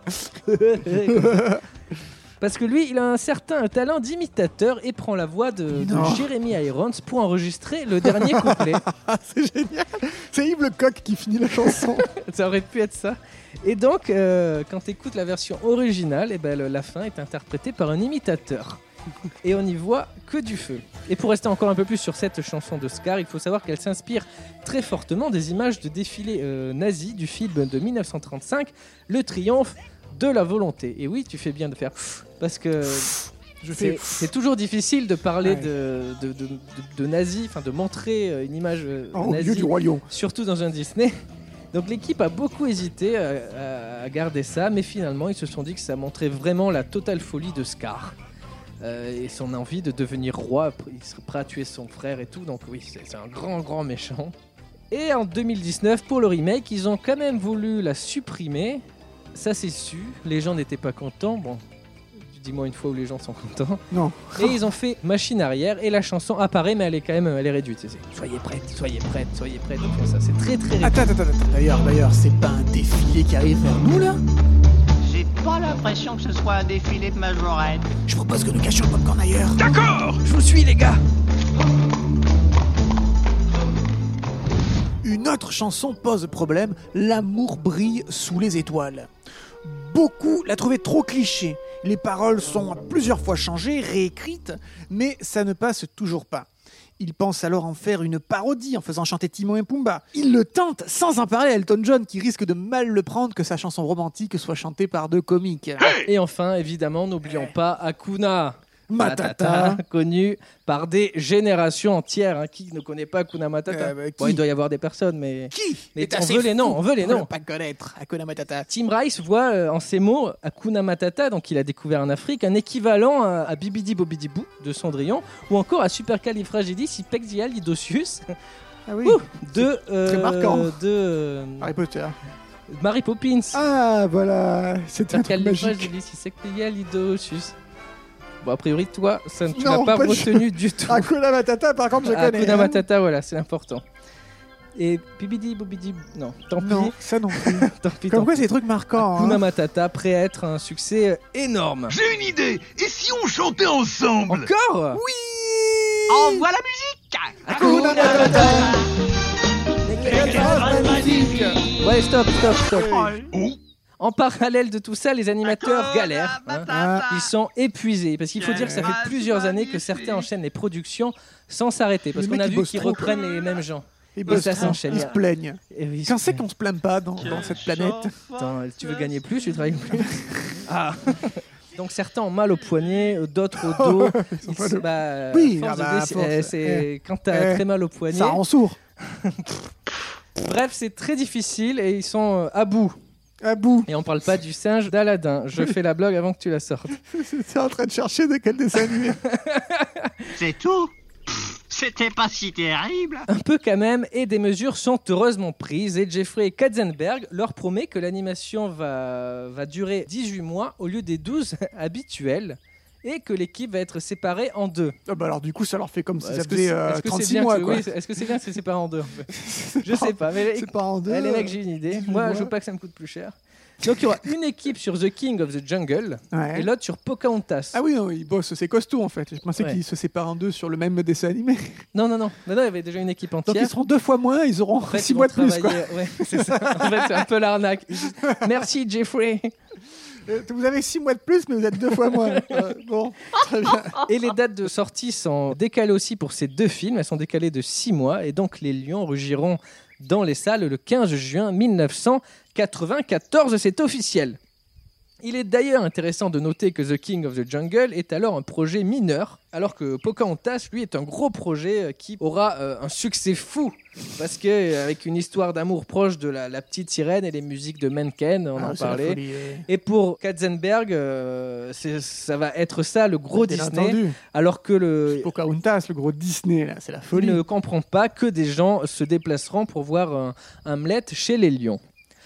Parce que lui, il a un certain talent d'imitateur et prend la voix de, de Non. Jeremy Irons pour enregistrer le dernier couplet. Ah, c'est génial. C'est Yves Lecoq qui finit la (laughs) chanson. ça aurait pu être ça. Et donc, euh, quand tu écoutes la version originale, eh ben, le- la fin est interprétée par un imitateur. Et on n'y voit que du feu. Et pour rester encore un peu plus sur cette chanson de Scar, il faut savoir qu'elle s'inspire très fortement des images de défilés euh, nazis du film de 1935, Le Triomphe de la Volonté. Et oui, tu fais bien de faire parce que Je c'est fais. c'est toujours difficile de parler Ouais. de, de, de, de- de nazis, enfin de montrer euh, une image euh, Oh, au nazie lieu du Roi Lion. surtout dans un Disney. Donc l'équipe a beaucoup hésité euh, à, à- à garder ça, mais finalement ils se sont dit que ça montrait vraiment la totale folie de Scar Euh, et son envie de devenir roi. Il serait prêt à tuer son frère et tout, donc oui, c'est c'est un grand grand méchant. Et en 2019, pour le remake, ils ont quand même voulu la supprimer. Ça s'est su, les gens n'étaient pas contents. Bon, dis-moi une fois où les gens sont contents. Non. Et ils ont fait machine arrière et la chanson apparaît, mais elle est quand même elle est réduite. C'est- c'est, Soyez prête, soyez prête, soyez prête. Ils font ça, c'est très très réduit. Attends, attends, attends. attends. D'ailleurs, d'ailleurs, c'est pas un défilé qui arrive vers nous là J'ai pas l'impression que ce soit un défilé de majorette. Je propose que nous cachions le popcorn ailleurs. D'accord Je vous suis les gars. Une autre chanson pose problème, L'amour brille sous les étoiles. Beaucoup la trouvaient trop cliché. Les paroles sont plusieurs fois changées, réécrites, mais ça ne passe toujours pas. Il pense alors en faire une parodie en faisant chanter Timon et Pumba. Il le tente sans en parler à Elton John qui risque de mal le prendre que sa chanson romantique soit chantée par deux comiques. Et enfin, évidemment, n'oublions pas Akuna. Matata. connu par des générations entières. hein. Qui ne connaît pas Akuna Matata Eh ben, qui Bon, il doit y avoir des personnes, mais. Qui Mais est on assez veut les fou noms, on veut les pour noms. ne pas connaître Hakuna Matata. Tim Rice voit euh, en ces mots Akuna Matata, donc il a découvert en Afrique, un équivalent à, à Bibidi Bobidi Boo de Cendrillon, ou encore à Supercalifragilisticexpialidocious Ah oui, Ouh, de euh, très marquant. de euh, Harry Potter. Mary Poppins. Ah voilà, c'était un truc magique. Supercalifragilisticexpialidocious. Bon, a priori, toi, ça, ne- tu n'as Non, pas pas du- retenu du tout. Hakuna Matata, Ah, par contre, je connais. hein. Akuna Matata, voilà, c'est important. Et Bibidi Bobidi, non, tant pis, Non, ça non. (laughs) tant pis. tant Comme quoi, pis. c'est des trucs marquants. Hakuna hein. Matata, prêt à être un succès euh, énorme. J'ai une idée Et si on chantait ensemble Encore Ah, Envoie la musique Hakuna Matata. Ouais, stop, stop, stop. Oh, En parallèle de tout ça, les animateurs bah, galèrent. hein. Ah, Ils sont épuisés parce qu'il faut dire que ça fait plusieurs années que certains enchaînent les productions sans s'arrêter parce Le qu'on mec, a il vu bosse qu'ils trop. reprennent les mêmes gens. Ils bossent ça trop, s'enchaîne. Ils se plaignent. Et oui, Quand c'est qu'on se plaint pas dans, dans cette planète Attends, tu veux gagner plus, tu travailles plus. (laughs) Ah. Donc certains ont mal au poignet, d'autres au (laughs) dos. Ils- mal au- bah, Oui, force ah de bah, déci- force. eh, c'est quand t'as Eh. très mal au poignet. Ça rend sourd. Bref, c'est très difficile et ils sont euh, à bout. À (laughs) bout. Et on parle pas du singe d'Aladin. (laughs) Je fais la blog avant que tu la sortes. J'étais en train de chercher de quel dessin animé. C'est tout Pff, C'était pas si terrible un peu quand même, et des mesures sont heureusement prises. Et Jeffrey Katzenberg leur promet que l'animation va, va durer 18 mois au lieu des (laughs) 12 habituels. Et que l'équipe va être séparée en deux. Ah bah alors, du coup, ça leur fait comme si Est-ce ça que faisait c'est- euh, est-ce que c'est 36 bien mois, que- quoi. oui, Est-ce que c'est bien que c'est séparé en deux en fait (laughs) Je sais pas. Mais C'est pas en deux. eh, les mecs, j'ai une idée. Dis-moi. Moi, je veux pas que ça me coûte plus cher. Donc, il y aura une équipe sur The King of the Jungle Ouais. et l'autre sur Pocahontas. Hein Ah oui, non, ils bossent, c'est costaud en fait. Je pensais Ouais. qu'ils se séparent en deux sur le même dessin animé. Non, non, non, non, non, il y avait déjà une équipe Donc entière. ils seront deux fois moins, ils auront En fait, 6 ils vont mois de plus. Quoi. travailler- (laughs) ouais, c'est ça. En fait, c'est un peu l'arnaque. Ils disent, Merci, Jeffrey. Euh, Vous avez 6 mois de plus, mais vous êtes deux fois (laughs) moins. Euh, bon, très bien. Et les dates de sortie sont décalées aussi pour ces deux films. Elles sont décalées de six mois. Et donc, Les Lions rugiront dans les salles le 15 juin 1994. C'est officiel. Il est d'ailleurs intéressant de noter que The King of the Jungle est alors un projet mineur, alors que Pocahontas, lui, est un gros projet euh, qui aura euh, un succès fou, parce que euh, avec une histoire d'amour proche de la, la petite sirène et les musiques de Menken, on Ah, en c'est la parlait. folie, euh. Et pour Katzenberg, euh, c'est- ça va être ça le gros Bien Disney, entendu. alors que le, Pocahontas, le gros Disney, là, c'est la il folie. ne comprend pas que des gens se déplaceront pour voir un Hamlet chez les lions.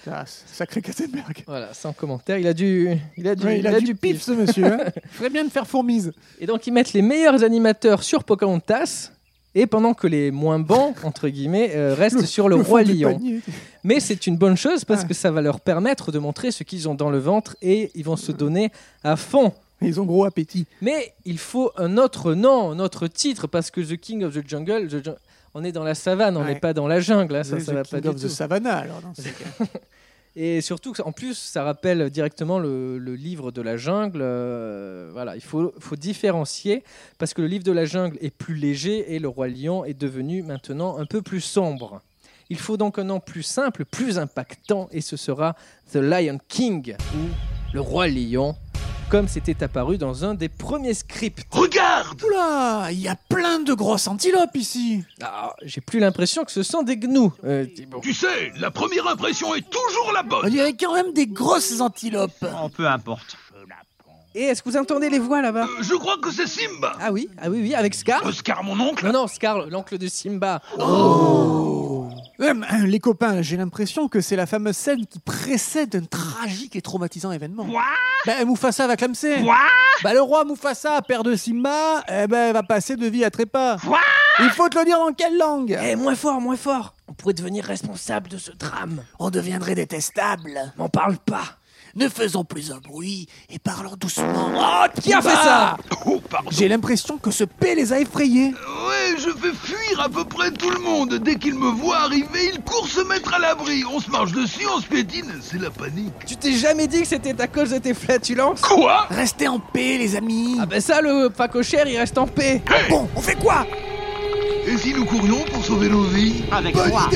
Ah, sacré Katzenberg. Voilà, sans commentaire. Il a du, il a du, Ouais, il, a du pif, ce monsieur. hein. (laughs) Il ferait bien de faire fourmise. Et donc ils mettent les meilleurs animateurs sur Pocahontas. Et pendant que les moins (laughs) bons, entre guillemets, euh, restent sur le, fond roi du lion. panier. Mais c'est une bonne chose parce Ah. que ça va leur permettre de montrer ce qu'ils ont dans le ventre et ils vont se donner à fond. Ils ont gros appétit. Mais il faut un autre nom, un autre titre parce que The King of the Jungle, The Jun- on est dans la savane, on Ouais. n'est pas dans la jungle, hein, ça, The ça va pas King du of tout. the Savannah, alors. dans ces cas. Et surtout, que ça- en plus, ça rappelle directement le, le livre de la jungle. euh, voilà, il faut, faut différencier parce que le livre de la jungle est plus léger et le roi lion est devenu maintenant un peu plus sombre. Il faut donc un nom plus simple, plus impactant, et ce sera The Lion King ou le roi lion, comme c'était apparu dans un des premiers scripts. Regarde Oula, il y a plein de grosses antilopes ici. Ah, J'ai plus l'impression que ce sont des gnous. Euh, bon. Tu sais, la première impression est toujours la On bonne. dirait quand même des grosses antilopes. Oh, peu importe. Et est-ce que vous entendez les voix là-bas Euh, je crois que c'est Simba. Ah oui, ah oui, oui, avec Scar. Oscar, mon oncle Non, non, Scar, l'oncle de Simba. Hum, hum, les copains, j'ai l'impression que c'est la fameuse scène qui précède un tragique et traumatisant événement. Quoi Ben, Mufasa va clamser. Quoi Ben, le roi Mufasa, père de Simba, eh ben, va passer de vie à trépas. Quoi Il faut te le dire dans quelle langue Eh, moins fort, moins fort On pourrait devenir responsable de ce drame. On deviendrait détestable. M'en parle pas. Ne faisons plus un bruit et parlons doucement. Qui a fait ça Oh, pardon. Euh. J'ai l'impression que ce paix les a effrayés. Ouais, je fais fuir à peu près tout le monde. Dès qu'ils me voient arriver, ils courent se mettre à l'abri. On se marche dessus, on se pétine. C'est la panique. Tu t'es jamais dit que c'était à cause de tes flatulences Quoi Restez en paix, les amis. Ah ben ça, le facochère, il reste en paix. Hein Bon, on fait quoi Et si nous courions pour sauver nos vies Avec moi.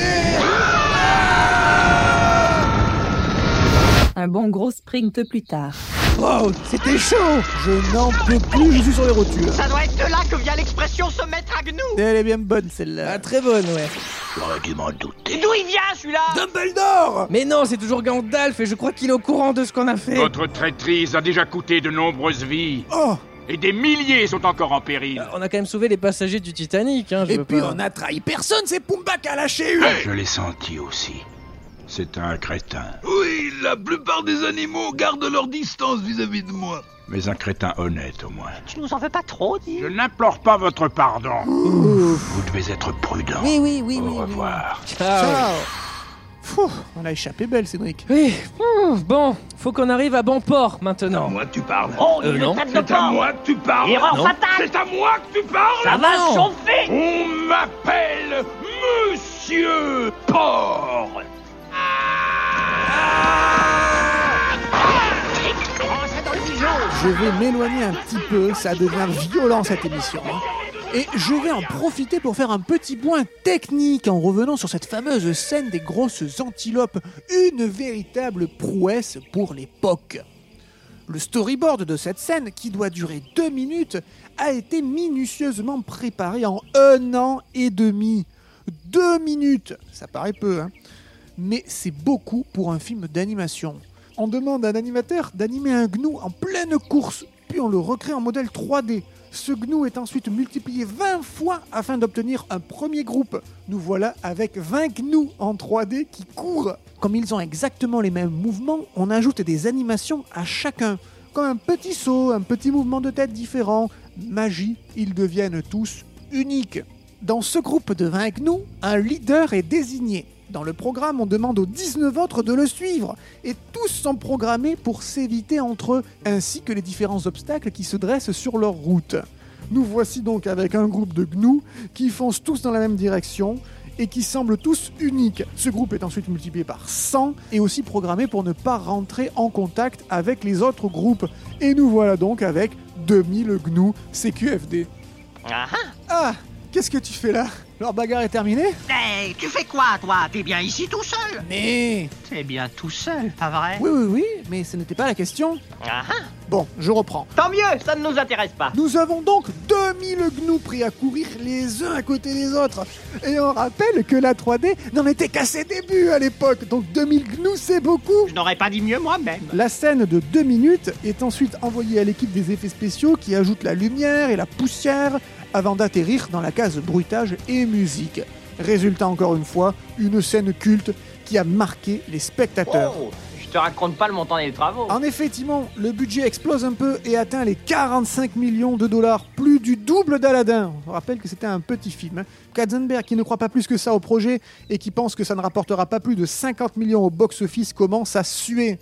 Un bon gros sprint plus tard. Wow, c'était chaud Je n'en peux plus, je suis sur les rotules. Ça doit être de là que vient l'expression se mettre à genoux. Elle est bien bonne, Ah, celle-là. très bonne, ouais. J'aurais dû m'en douter. D'où il vient celui-là Dumbledore Mais non, c'est toujours Gandalf et je crois qu'il est au courant de ce qu'on a fait. Votre traîtrise a déjà coûté de nombreuses vies. Oh Et des milliers sont encore en péril. Euh, On a quand même sauvé les passagers du Titanic, hein, je Et veux puis pas- on a trahi personne, c'est Pumba qui a lâché une Je l'ai senti aussi. C'est un crétin. Oui, la plupart des animaux gardent leur distance vis-à-vis de moi. Mais un crétin honnête au moins. Tu nous en veux pas trop, Je dis n'implore pas votre pardon. Vous devez être prudent. Oui, oui, Oh, oui, oui. Au oui. revoir. Ciao. Fou, on a échappé belle, Cédric. Oui, Ouh, bon, faut qu'on arrive à bon port maintenant. moi tu parles. Oh, Euh, il non. nous traite de C'est à porc. moi que tu parles. Erreur Non. fatale C'est à moi que tu parles. Ça va non. chauffer On m'appelle Monsieur Porc. Je vais m'éloigner un petit peu, ça devient violent cette émission. hein. Et je vais en profiter pour faire un petit point technique en revenant sur cette fameuse scène des grosses antilopes, une véritable prouesse pour l'époque. Le storyboard de cette scène, qui doit durer deux minutes, a été minutieusement préparé en un an et demi. Deux minutes Ça paraît peu, hein Mais c'est beaucoup pour un film d'animation. On demande à un animateur d'animer un gnou en pleine course, puis on le recrée en modèle 3D. Ce gnou est ensuite multiplié 20 fois afin d'obtenir un premier groupe. Nous voilà avec 20 gnous en 3D qui courent. Comme ils ont exactement les mêmes mouvements, on ajoute des animations à chacun. Comme un petit saut, un petit mouvement de tête différent. Magie, ils deviennent tous uniques. Dans ce groupe de 20 gnous, un leader est désigné. Dans le programme, on demande aux 19 autres de le suivre et tous sont programmés pour s'éviter entre eux, ainsi que les différents obstacles qui se dressent sur leur route. Nous voici donc avec un groupe de gnous qui foncent tous dans la même direction et qui semblent tous uniques. Ce groupe est ensuite multiplié par 100 et aussi programmé pour ne pas rentrer en contact avec les autres groupes. Et nous voilà donc avec 2000 gnous CQFD. Ah, ah. Ah Qu'est-ce que tu fais là Leur bagarre est terminée Hey, tu fais quoi, toi T'es bien ici tout seul Mais... T'es bien tout seul, pas vrai Oui, oui, oui, mais ce n'était pas la question. Ah ah. Bon, je reprends. Tant mieux, ça ne nous intéresse pas. Nous avons donc 2000 gnous pris à courir les uns à côté des autres. Et on rappelle que la 3D n'en était qu'à ses débuts à l'époque, donc 2000 gnous c'est beaucoup Je n'aurais pas dit mieux moi-même. La scène de 2 minutes est ensuite envoyée à l'équipe des effets spéciaux qui ajoute la lumière et la poussière avant d'atterrir dans la case bruitage et musique. Résultat encore une fois, une scène culte qui a marqué les spectateurs. Oh, je te raconte pas le montant des travaux. Ah. En effet, Timon, le budget explose un peu et atteint les 45 millions de dollars, plus du double d'Aladin. On rappelle que c'était un petit film. hein. Katzenberg, qui ne croit pas plus que ça au projet et qui pense que ça ne rapportera pas plus de 50 millions au box-office, commence à suer.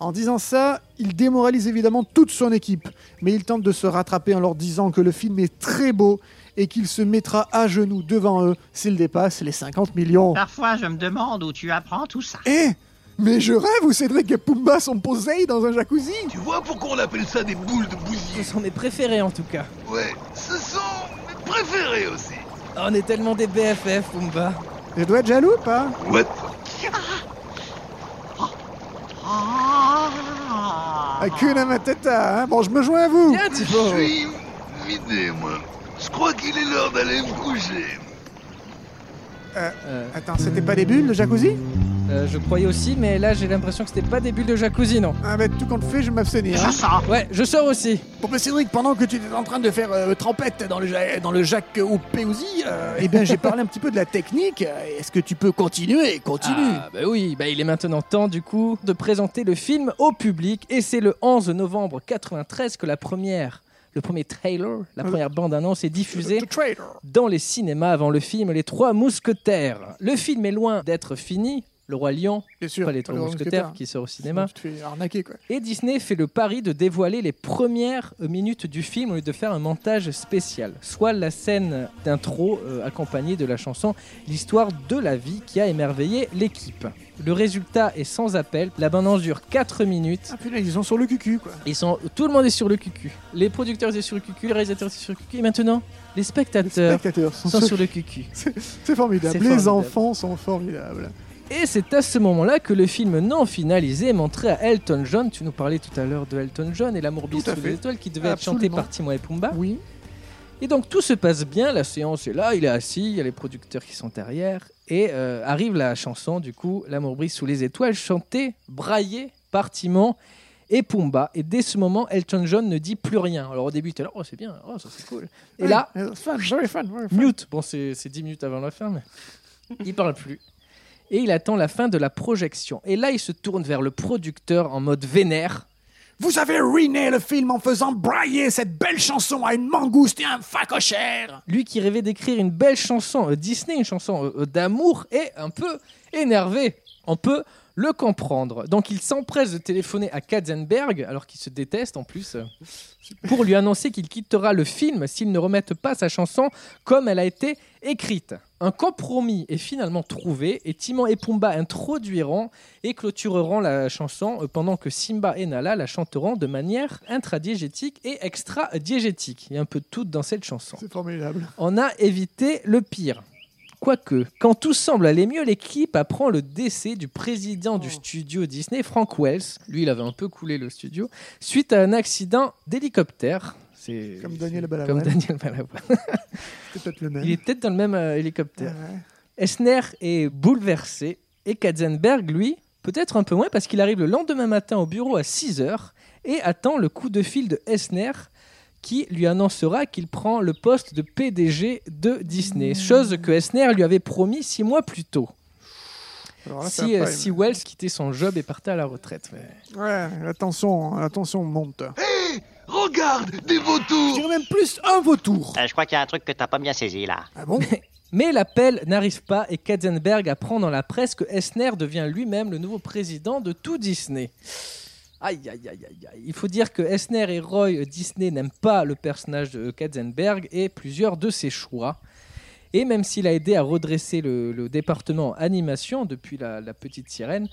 En disant ça, il démoralise évidemment toute son équipe, mais il tente de se rattraper en leur disant que le film est très beau et qu'il se mettra à genoux devant eux s'il dépasse les 50 millions. Parfois, je me demande où tu apprends tout ça. Eh Mais je rêve où Cédric et Pumba sont posés dans un jacuzzi Tu vois pourquoi on appelle ça des boules de bouillie Ce sont mes préférés en tout cas. Ouais, ce sont mes préférés aussi. On est tellement des BFF, Pumba. Je dois être jaloux, pas What Ah. Hakuna Matata, hein Bon, je me joins à vous Tiens, Je Thibaut suis vidé, moi. Je crois qu'il est l'heure d'aller me coucher. Euh, Attends, c'était pas des bulles, le jacuzzi euh, Je croyais aussi, mais là j'ai l'impression que c'était pas des bulles de jacuzzi, non. Ah bah, tout compte fait, je vais m'abstenir. Ça hein. sent. Ouais, je sors aussi. Bon, bah, Cédric, pendant que tu étais en train de faire euh, trempette dans le, ja- dans le Jacques ou Péouzi, euh, eh bien, j'ai parlé un petit peu de la technique. Euh, Est-ce que tu peux continuer Continue Ah, bah oui, bah il est maintenant temps du coup de présenter le film au public et c'est le 11 novembre 93 que la première le premier trailer, la première bande-annonce est diffusée The trailer. dans les cinémas avant le film Les Trois Mousquetaires. Le film est loin d'être fini. Le Roi Lion, Bien sûr. pas Les Trois Le Mousquetaires, qui sort au cinéma. Tu te fais arnaquer, quoi. Et Disney fait le pari de dévoiler les premières minutes du film au lieu de faire un montage spécial, soit la scène d'intro euh, accompagnée de la chanson L'histoire de la vie qui a émerveillé l'équipe. Le résultat est sans appel, la bande dure 4 minutes. Ah putain, ils ont sur le cucu, quoi. Ils sont, tout le monde est sur le cucu. Les producteurs étaient sur le cucu, les réalisateurs étaient sur le cucu. Et maintenant, les spectateurs Spectateurs sont sont sur- sur le cucu. C'est euh, C'est formidable. Les formidable. enfants sont formidables. Et c'est à ce moment-là que le film non finalisé est montré à Elton John. Tu nous parlais tout à l'heure de Elton John et l'amour Tout à bistrou fait. des étoiles qui devait être chanté Absolument. par Timon et Pumba. Oui. Et donc tout se passe bien, la séance est là, il est assis, il y a les producteurs qui sont derrière, et euh, arrive la chanson, du coup, L'amour brise sous les étoiles, chantée, braillée par Timon et Pumba. Et dès ce moment, Elton John ne dit plus rien. Alors au début, tu es là, oh c'est bien, oh ça c'est cool. Et là, Fun, very fun, very fun. mute, bon c'est c'est 10 minutes avant la fin, mais il parle plus. Et il attend la fin de la projection. Et là, il se tourne vers le producteur en mode vénère. Vous avez ruiné le film en faisant brailler cette belle chanson à une mangouste et à un facochère Lui qui rêvait d'écrire une belle chanson euh, Disney, une chanson euh, euh, d'amour, est un peu énervé. On peut le comprendre. Donc il s'empresse de téléphoner à Katzenberg, alors qu'il se déteste en plus, euh, pour lui annoncer qu'il quittera le film s'il ne remette pas sa chanson comme elle a été écrite. Un compromis est finalement trouvé et Timon et Pumba introduiront et clôtureront la chanson euh, pendant que Simba et Nala la chanteront de manière intradiégétique et extra-diégétique. Il y a un peu de tout dans cette chanson C'est formidable. on a évité le pire. Quoique, quand tout semble aller mieux, l'équipe apprend le décès du président Oh. du studio Disney, Frank Wells. Lui, il avait un peu coulé le studio, suite à un accident d'hélicoptère. C'est- Comme Daniel c'est- Balavoine. Comme Daniel Balavoine. C'est peut-être le même. Il est peut-être dans le même euh, hélicoptère. Ouais. Esner est bouleversé et Katzenberg, lui, peut-être un peu moins parce qu'il arrive le lendemain matin au bureau à 6h et attend le coup de fil de Esner qui lui annoncera qu'il prend le poste de PDG de Disney, chose que Esner lui avait promis six mois plus tôt, Alors là, ça si, va euh, pas, si Wells quittait son job et partait à la retraite. Mais- mais- Ouais, la tension, la tension monte. Hé Regarde Des Je vautours dirais même plus un vautour. Euh, je crois qu'il y a un truc que t'as pas bien saisi là. Ah (laughs) bon Mais l'appel n'arrive pas et Katzenberg apprend dans la presse que Esner devient lui-même le nouveau président de tout Disney. Aïe, aïe, aïe, aïe, aïe. Il faut dire que Esner et Roy Disney n'aiment pas le personnage de Katzenberg et plusieurs de ses choix. Et même s'il a aidé à redresser le, le département animation depuis la, la petite sirène,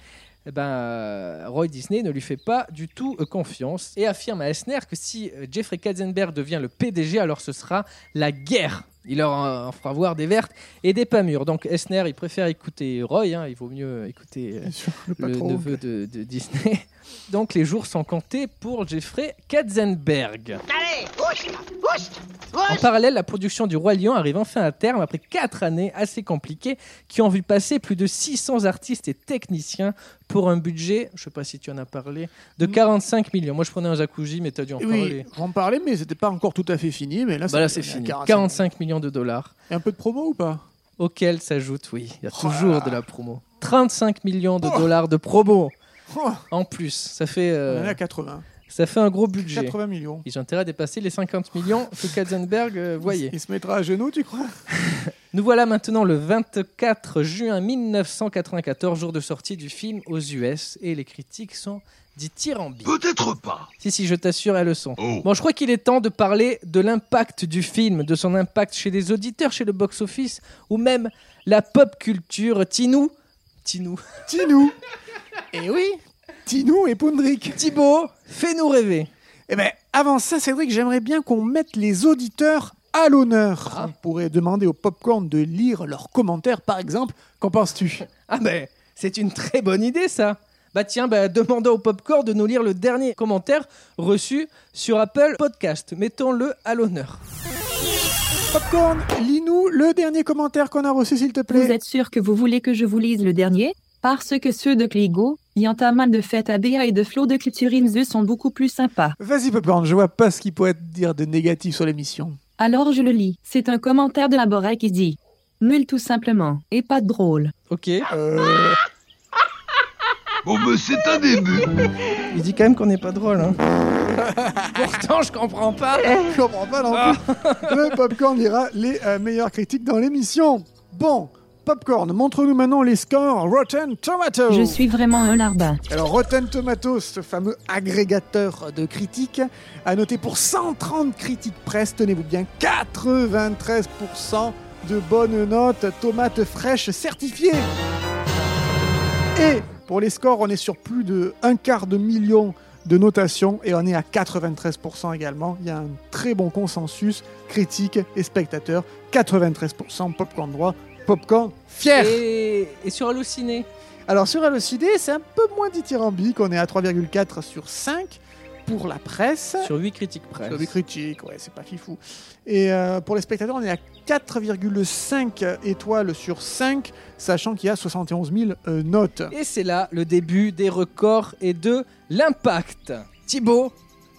eh ben, euh, Roy Disney ne lui fait pas du tout euh, E confiance et affirme à Esner que si euh, Jeffrey Katzenberg devient le PDG, alors ce sera la guerre Il leur en en fera voir des vertes et des pas mûres. Donc Esner, il préfère écouter Roy, hein, il vaut mieux écouter euh, le, neveu de, de Disney. (laughs) Donc les jours sont comptés pour Jeffrey Katzenberg. Allez, oust, oust, En oust. parallèle, la production du Roi Lion arrive enfin à terme après quatre années assez compliquées qui ont vu passer plus de 600 artistes et techniciens pour un budget, je sais pas si tu en as parlé, de 45 millions. Moi, je prenais un Jacuzzi, mais tu as dû en Mm. Oui, parler. j'en parlais, mais c'était pas encore tout à fait fini. Mais là, Bah là, ça- c'est fini. 45. 45 millions de dollars, Et un peu de promo ou pas (laughs) auxquels s'ajoute, oui, il y a Oh là toujours là. de la promo. 35 millions de Oh. dollars de promo Oh, en plus. Ça fait, On euh, en est à 80. ça fait un gros budget. 80 millions. Ils ont intérêt à dépasser les 50 millions que Katzenberg euh, voyait. Il se mettra à genoux, tu crois (laughs) Nous voilà maintenant le 24 juin 1994, jour de sortie du film aux US, et les critiques sont dit tyrambiques. Peut-être pas. Si, si, je t'assure, elles le sont. Oh. Bon, je crois qu'il est temps de parler de l'impact du film, de son impact chez les auditeurs, chez le box-office, ou même la pop culture. Tinou Tinou. (laughs) Tinou Eh oui Tinou et Poundrick Thibaut, fais-nous rêver. Eh ben, avant ça, Cédric, j'aimerais bien qu'on mette les auditeurs à l'honneur. Ah. On pourrait demander au popcorn de lire leurs commentaires, par exemple. Qu'en penses-tu Ah ben, c'est une très bonne idée ça. Bah tiens, bah, demandons au Popcorn de nous lire le dernier commentaire reçu sur Apple Podcast. Mettons-le à l'honneur. Popcorn, lis-nous le dernier commentaire qu'on a reçu, s'il te plaît. Vous êtes sûr que vous voulez que je vous lise le dernier Parce que ceux de Clégo, Yantaman de Fête Abea et de Flo de Culturinze sont beaucoup plus sympas. Vas-y, Popcorn, je vois pas ce qu'il pourrait te dire de négatif sur l'émission. Alors je le lis. C'est un commentaire de la Borée qui dit Nul tout simplement, et pas drôle. Ok. Euh, Bon, Oh, mais c'est un début. Il dit quand même qu'on n'est pas drôle. (laughs) Hein. Pourtant, je comprends pas. je comprends pas non plus. Le Popcorn lira les euh, meilleures critiques dans l'émission. Bon, Popcorn, montre-nous maintenant les scores Rotten Oh. Tomatoes. Je suis vraiment un larbin. Alors Rotten Tomatoes, ce fameux agrégateur de critiques, a noté pour 130 critiques presse, tenez-vous bien, 93% de bonnes notes, tomates fraîches certifiées. Et pour les scores, on est sur plus de un quart de million de notations et on est à 93% également. Il y a un très bon consensus, critiques et spectateurs. 93% popcorn droit, popcorn fier. Et, et sur Halluciné. Alors sur LOCD, c'est un peu moins dithyrambique, on est à 3,4 sur 5 pour la presse. Sur 8 critiques presse. Sur des critiques, ouais, c'est pas fifou. Et euh, pour les spectateurs, on est à 4,5 étoiles sur 5, sachant qu'il y a 71 000 euh, notes. Et c'est là le début des records et de l'impact. Thibaut,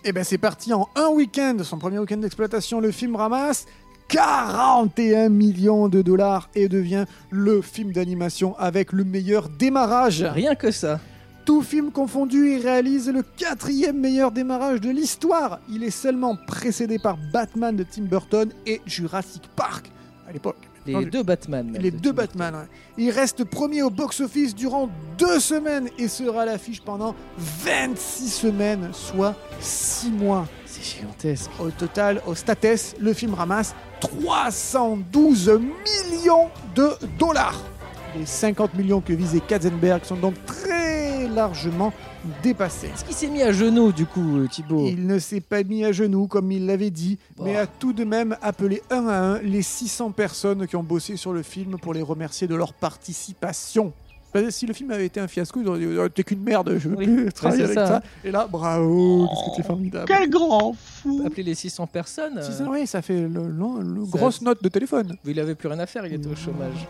Et ben c'est parti en un week-end, son premier week-end d'exploitation, le film ramasse 41 millions de dollars et devient le film d'animation avec le meilleur démarrage. rien que ça. Tout film confondu, il réalise le quatrième meilleur démarrage de l'histoire. Il est seulement précédé par Batman de Tim Burton et Jurassic Park à l'époque. Les Entendu. deux Batman. Les deux Batman. ouais. Il reste premier au box-office durant deux semaines et sera à l'affiche pendant 26 semaines, soit 6 mois. C'est gigantesque. Au total, au States, le film ramasse 312 millions de dollars. Les 50 millions que visait Katzenberg sont donc très largement dépassés. Est-ce qu'il s'est mis à genoux du coup, euh, Thibaut Il ne s'est pas mis à genoux comme il l'avait dit, Bon. mais a tout de même appelé un à un les 600 personnes qui ont bossé sur le film pour les remercier de leur participation. Parce que si le film avait été un fiasco, ils auraient dit Oh, T'es qu'une merde, je veux Oui, plus travailler c'est avec ça. ça. Et là, bravo, qu'est-ce que t'es formidable. Quel grand fou Appeler les 600 personnes. euh, 600, oui, ça fait le, long- le Ça- grosse note de téléphone. Il avait plus rien à faire, il était au chômage.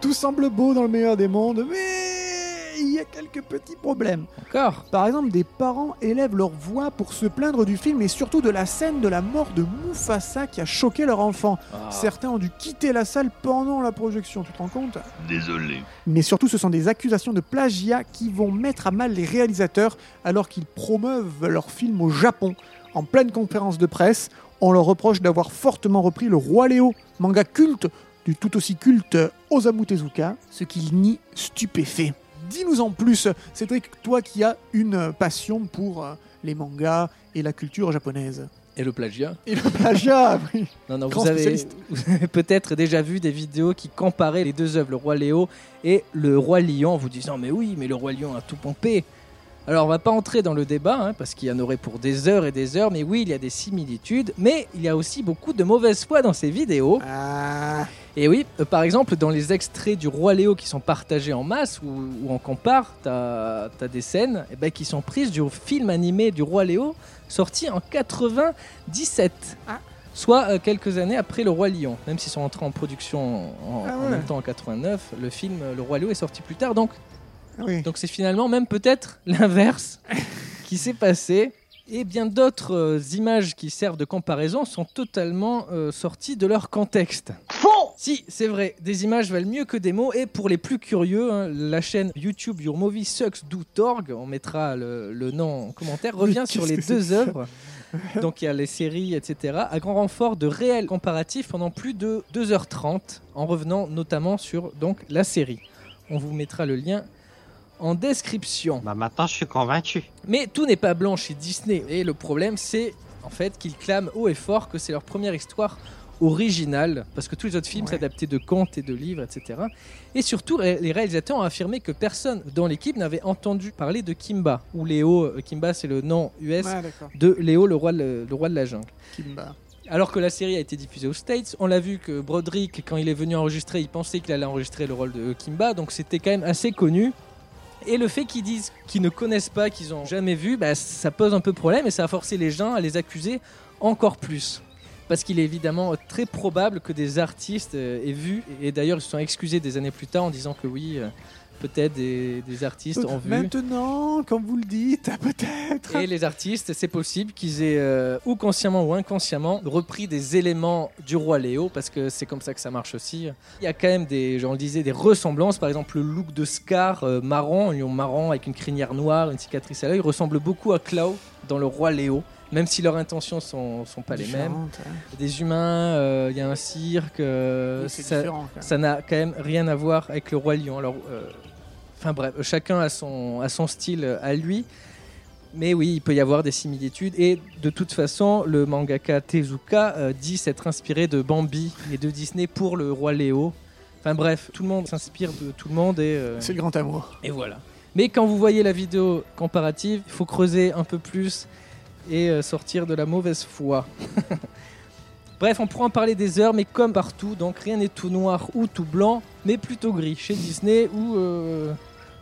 Tout semble beau dans le meilleur des mondes, mais il y a quelques petits problèmes. Encore Par exemple, des parents élèvent leur voix pour se plaindre du film et surtout de la scène de la mort de Mufasa qui a choqué leur enfant. Certains ont dû quitter la salle pendant la projection, tu te rends compte Désolé. Mais surtout, ce sont des accusations de plagiat qui vont mettre à mal les réalisateurs alors qu'ils promeuvent leur film au Japon. En pleine conférence de presse, on leur reproche d'avoir fortement repris le Roi Léo, manga culte du tout aussi culte Osamu Tezuka, ce qu'il nie stupéfait. Dis-nous en plus, Cédric, toi qui as une passion pour euh, les mangas et la culture japonaise. Et le plagiat Et le plagiat oui. Non, non, Grand vous avez, spécialiste. (laughs) vous avez peut-être déjà vu des vidéos qui comparaient les deux œuvres, le Roi Léo et le Roi Lion, en vous disant Mais oui, mais le Roi Lion a tout pompé. Alors, on va pas entrer dans le débat, hein, parce qu'il y en aurait pour des heures et des heures, mais oui, il y a des similitudes, mais il y a aussi beaucoup de mauvaise foi dans ces vidéos. Ah, Et oui, euh, par exemple, dans les extraits du Roi Léo qui sont partagés en masse ou, ou en compare, t'as as des scènes eh ben, qui sont prises du film animé du Roi Léo sorti en 97. Ah. Soit euh, quelques années après Le Roi Lion. Même s'ils sont entrés en production en, Ah en ouais. même temps en 89, le film euh, Le Roi Léo est sorti plus tard. Donc oui. donc c'est finalement même peut-être (laughs) l'inverse qui s'est passé. Et bien d'autres euh, images qui servent de comparaison sont totalement euh, sorties de leur contexte. Faux Si, c'est vrai, des images valent mieux que des mots. Et pour les plus curieux, hein, la chaîne YouTube Your Movie Sucks Do.org, on mettra le, le nom en commentaire, revient sur qu'est-ce les que c'est deux que ça œuvres. Donc il y a les séries, etc. À grand renfort de réels comparatifs pendant plus de 2h30, en revenant notamment sur donc, la série. On vous mettra le lien en description. Bah maintenant, je suis convaincu. Mais tout n'est pas blanc chez Disney. Et le problème, c'est en fait qu'ils clament haut et fort que c'est leur première histoire originale, parce que tous les autres films Ouais. s'adaptaient de contes et de livres, etc. Et surtout, ré- les réalisateurs ont affirmé que personne dans l'équipe n'avait entendu parler de Kimba, ou Léo. Euh, Kimba, c'est le nom US Ah, d'accord. de Léo, le roi, de- le roi de la jungle. Kimba. Alors que la série a été diffusée aux States, on l'a vu que Broderick, quand il est venu enregistrer, il pensait qu'il allait enregistrer le rôle de Kimba, donc c'était quand même assez connu. Et le fait qu'ils disent qu'ils ne connaissent pas, qu'ils n'ont jamais vu, bah, ça pose un peu problème et ça a forcé les gens à les accuser encore plus. Parce qu'il est évidemment très probable que des artistes euh, aient vu, et d'ailleurs ils se sont excusés des années plus tard en disant que oui, euh, peut-être des, des artistes ont vu. Maintenant, comme vous le dites, peut-être. Et les artistes, c'est possible qu'ils aient, euh, ou consciemment ou inconsciemment, repris des éléments du roi Léo, parce que c'est comme ça que ça marche aussi. Il y a quand même des, j'en disais, des ressemblances. Par exemple, le look de Scar, euh, marron, un lion marron avec une crinière noire, une cicatrice à l'œil, ressemble beaucoup à Clow dans le roi Léo. Même si leurs intentions sont, sont pas les mêmes. Différentes, hein. Des humains, euh, il y a un cirque. euh, Oui, c'est ça- différent. quand même. ça n'a quand même rien à voir avec le roi lion. Alors, euh, enfin bref, chacun a son, a son style euh, à lui. Mais oui, il peut y avoir des similitudes. Et de toute façon, le mangaka Tezuka euh, dit s'être inspiré de Bambi et de Disney pour le roi Léo. Enfin bref, tout le monde s'inspire de tout le monde et, euh, C'est le grand amour. et voilà. Mais quand vous voyez la vidéo comparative, il faut creuser un peu plus et euh, sortir de la mauvaise foi. (laughs) Bref, on pourra en parler des heures, mais comme partout, donc rien n'est tout noir ou tout blanc, mais plutôt gris chez Disney ou, euh,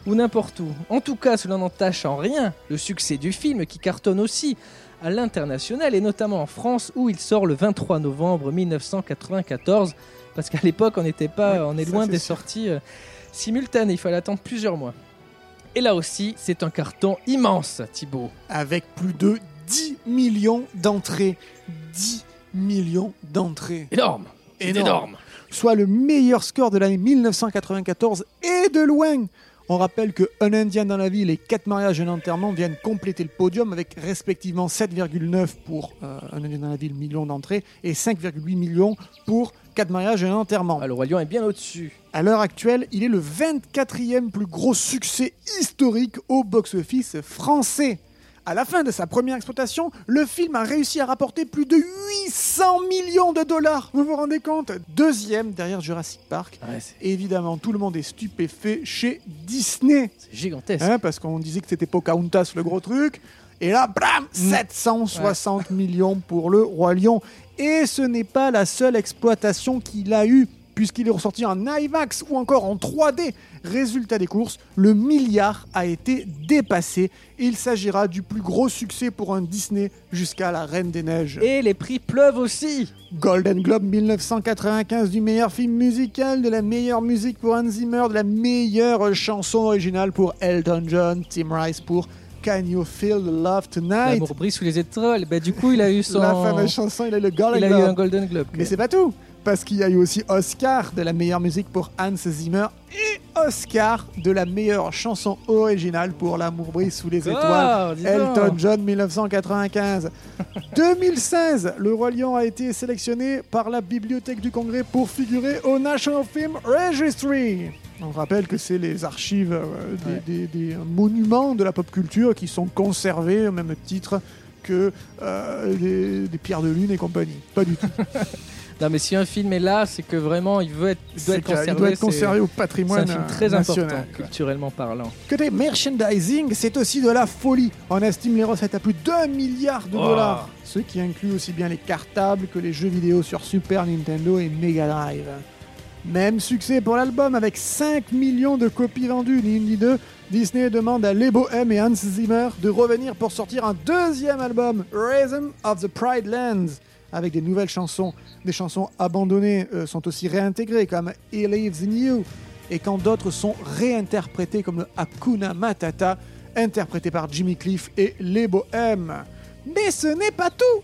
ou n'importe où. En tout cas, cela n'entache en rien le succès du film qui cartonne aussi à l'international et notamment en France où il sort le 23 novembre 1994 parce qu'à l'époque on n'était pas, Ouais, on est ça, loin c'est des sûr. sorties euh, simultanées, il fallait attendre plusieurs mois. Et là aussi, c'est un carton immense, Thibaut. Avec plus de 10 millions d'entrées. 10 millions d'entrées. Énorme, c'est Énorme. énorme. Soit le meilleur score de l'année 1994 et de loin. On rappelle que Un Indien dans la ville et Quatre mariages et un enterrement viennent compléter le podium avec respectivement 7,9 pour euh, Un Indien dans la ville, millions d'entrées, et 5,8 millions pour Quatre mariages et un enterrement. Ah, le Roi Lion est bien au-dessus. À l'heure actuelle, il est le 24e plus gros succès historique au box-office français. À la fin de sa première exploitation, le film a réussi à rapporter plus de 800 millions de dollars. Vous vous rendez compte Deuxième derrière Jurassic Park. Ouais, c'est Évidemment, tout le monde est stupéfait chez Disney, c'est gigantesque. hein, parce qu'on disait que c'était Pocahontas le gros truc. Et là, bram, 760 millions pour le Roi Lion. Et ce n'est pas la seule exploitation qu'il a eue, puisqu'il est ressorti en IMAX ou encore en 3D. Résultat des courses, le milliard a été dépassé. Il s'agira du plus gros succès pour un Disney jusqu'à la Reine des Neiges. Et les prix pleuvent aussi. Golden Globe 1995 du meilleur film musical, de la meilleure musique pour Hans Zimmer, de la meilleure euh, chanson originale pour Elton John, Tim Rice pour Can You Feel the Love Tonight. L'amour brille sous les étoiles. Bah, du coup, il a eu son. La fameuse chanson, il a eu le Golden il a eu Globe. un Golden Globe. Mais c'est pas tout, parce qu'il y a eu aussi Oscar de la meilleure musique pour Hans Zimmer et Oscar de la meilleure chanson originale pour L'amour brille sous les étoiles. D'accord, Ah, dis donc. Elton John 1995. (laughs) 2016, le Roi Lion a été sélectionné par la Bibliothèque du Congrès pour figurer au National Film Registry. On rappelle que c'est les archives euh, des, des- des monuments de la pop culture qui sont conservés au même titre que euh, des, des pierres de lune et compagnie. Pas du tout. Non, mais si un film est là, c'est que vraiment, il veut être, il doit C'est être qu'il doit conservé. être conservé c'est- au patrimoine, C'est un film euh, très national, important, quoi. culturellement parlant. Côté merchandising, c'est aussi de la folie. On estime les recettes à plus d'un milliard de Oh. dollars, ce qui inclut aussi bien les cartables que les jeux vidéo sur Super Nintendo et Mega Drive. Même succès pour l'album avec 5 millions de copies vendues. L'Indie 2, Disney demande à Lebo M et Hans Zimmer de revenir pour sortir un deuxième album, Rhythm of the Pride Lands, avec des nouvelles chansons. Des chansons abandonnées euh, sont aussi réintégrées comme He Lives in You et quand d'autres sont réinterprétées comme le Hakuna Matata, interprété par Jimmy Cliff et les Bohèmes. Mais ce n'est pas tout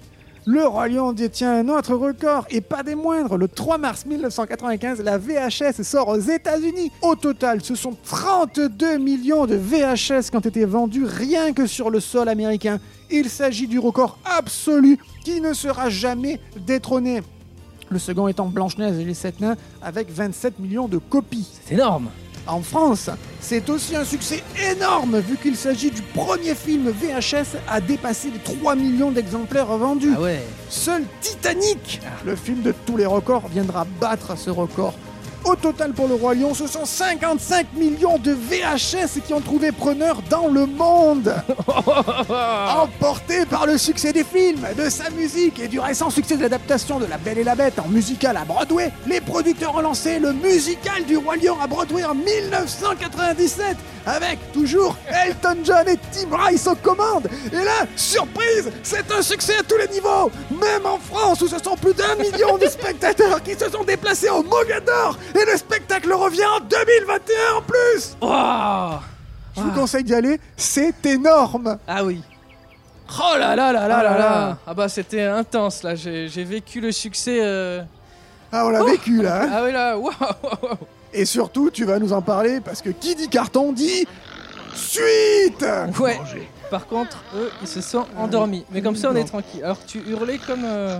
le Roi Lion détient un autre record, et pas des moindres. Le 3 mars 1995, la VHS sort aux États-Unis. Au total, ce sont 32 millions de VHS qui ont été vendus rien que sur le sol américain. Il s'agit du record absolu qui ne sera jamais détrôné. Le second étant Blanche-Neige et les Sept Nains avec 27 millions de copies. C'est énorme. En France, c'est aussi un succès énorme vu qu'il s'agit du premier film VHS à dépasser les 3 millions d'exemplaires vendus. Ah ouais. Seul Titanic, le film de tous les records, viendra battre ce record. Au total pour le Roi Lion, ce sont 55 millions de VHS qui ont trouvé preneur dans le monde. Emporté par le succès des films, de sa musique et du récent succès de l'adaptation de La Belle et la Bête en musical à Broadway, les producteurs ont lancé le musical du Roi Lion à Broadway en 1997 avec toujours Elton John et Tim Rice aux commandes. Et là, surprise, c'est un succès à tous les niveaux, même en France où ce sont plus d'un million de spectateurs qui se sont déplacés au Mogador et le spectacle revient en 2021 en plus. Oh Je vous conseille d'y aller, c'est énorme. Ah oui. Oh là là là là Oh là là là. là Ah bah c'était intense là, j'ai j'ai vécu le succès. euh, Ah, on l'a vécu là. hein. Ah oui là, waouh waouh, waouh. Et surtout, tu vas nous en parler parce que qui dit carton dit suite Ouais Par contre, eux, ils se sont endormis. Mais comme ça, on est tranquille. Alors tu hurlais comme, euh,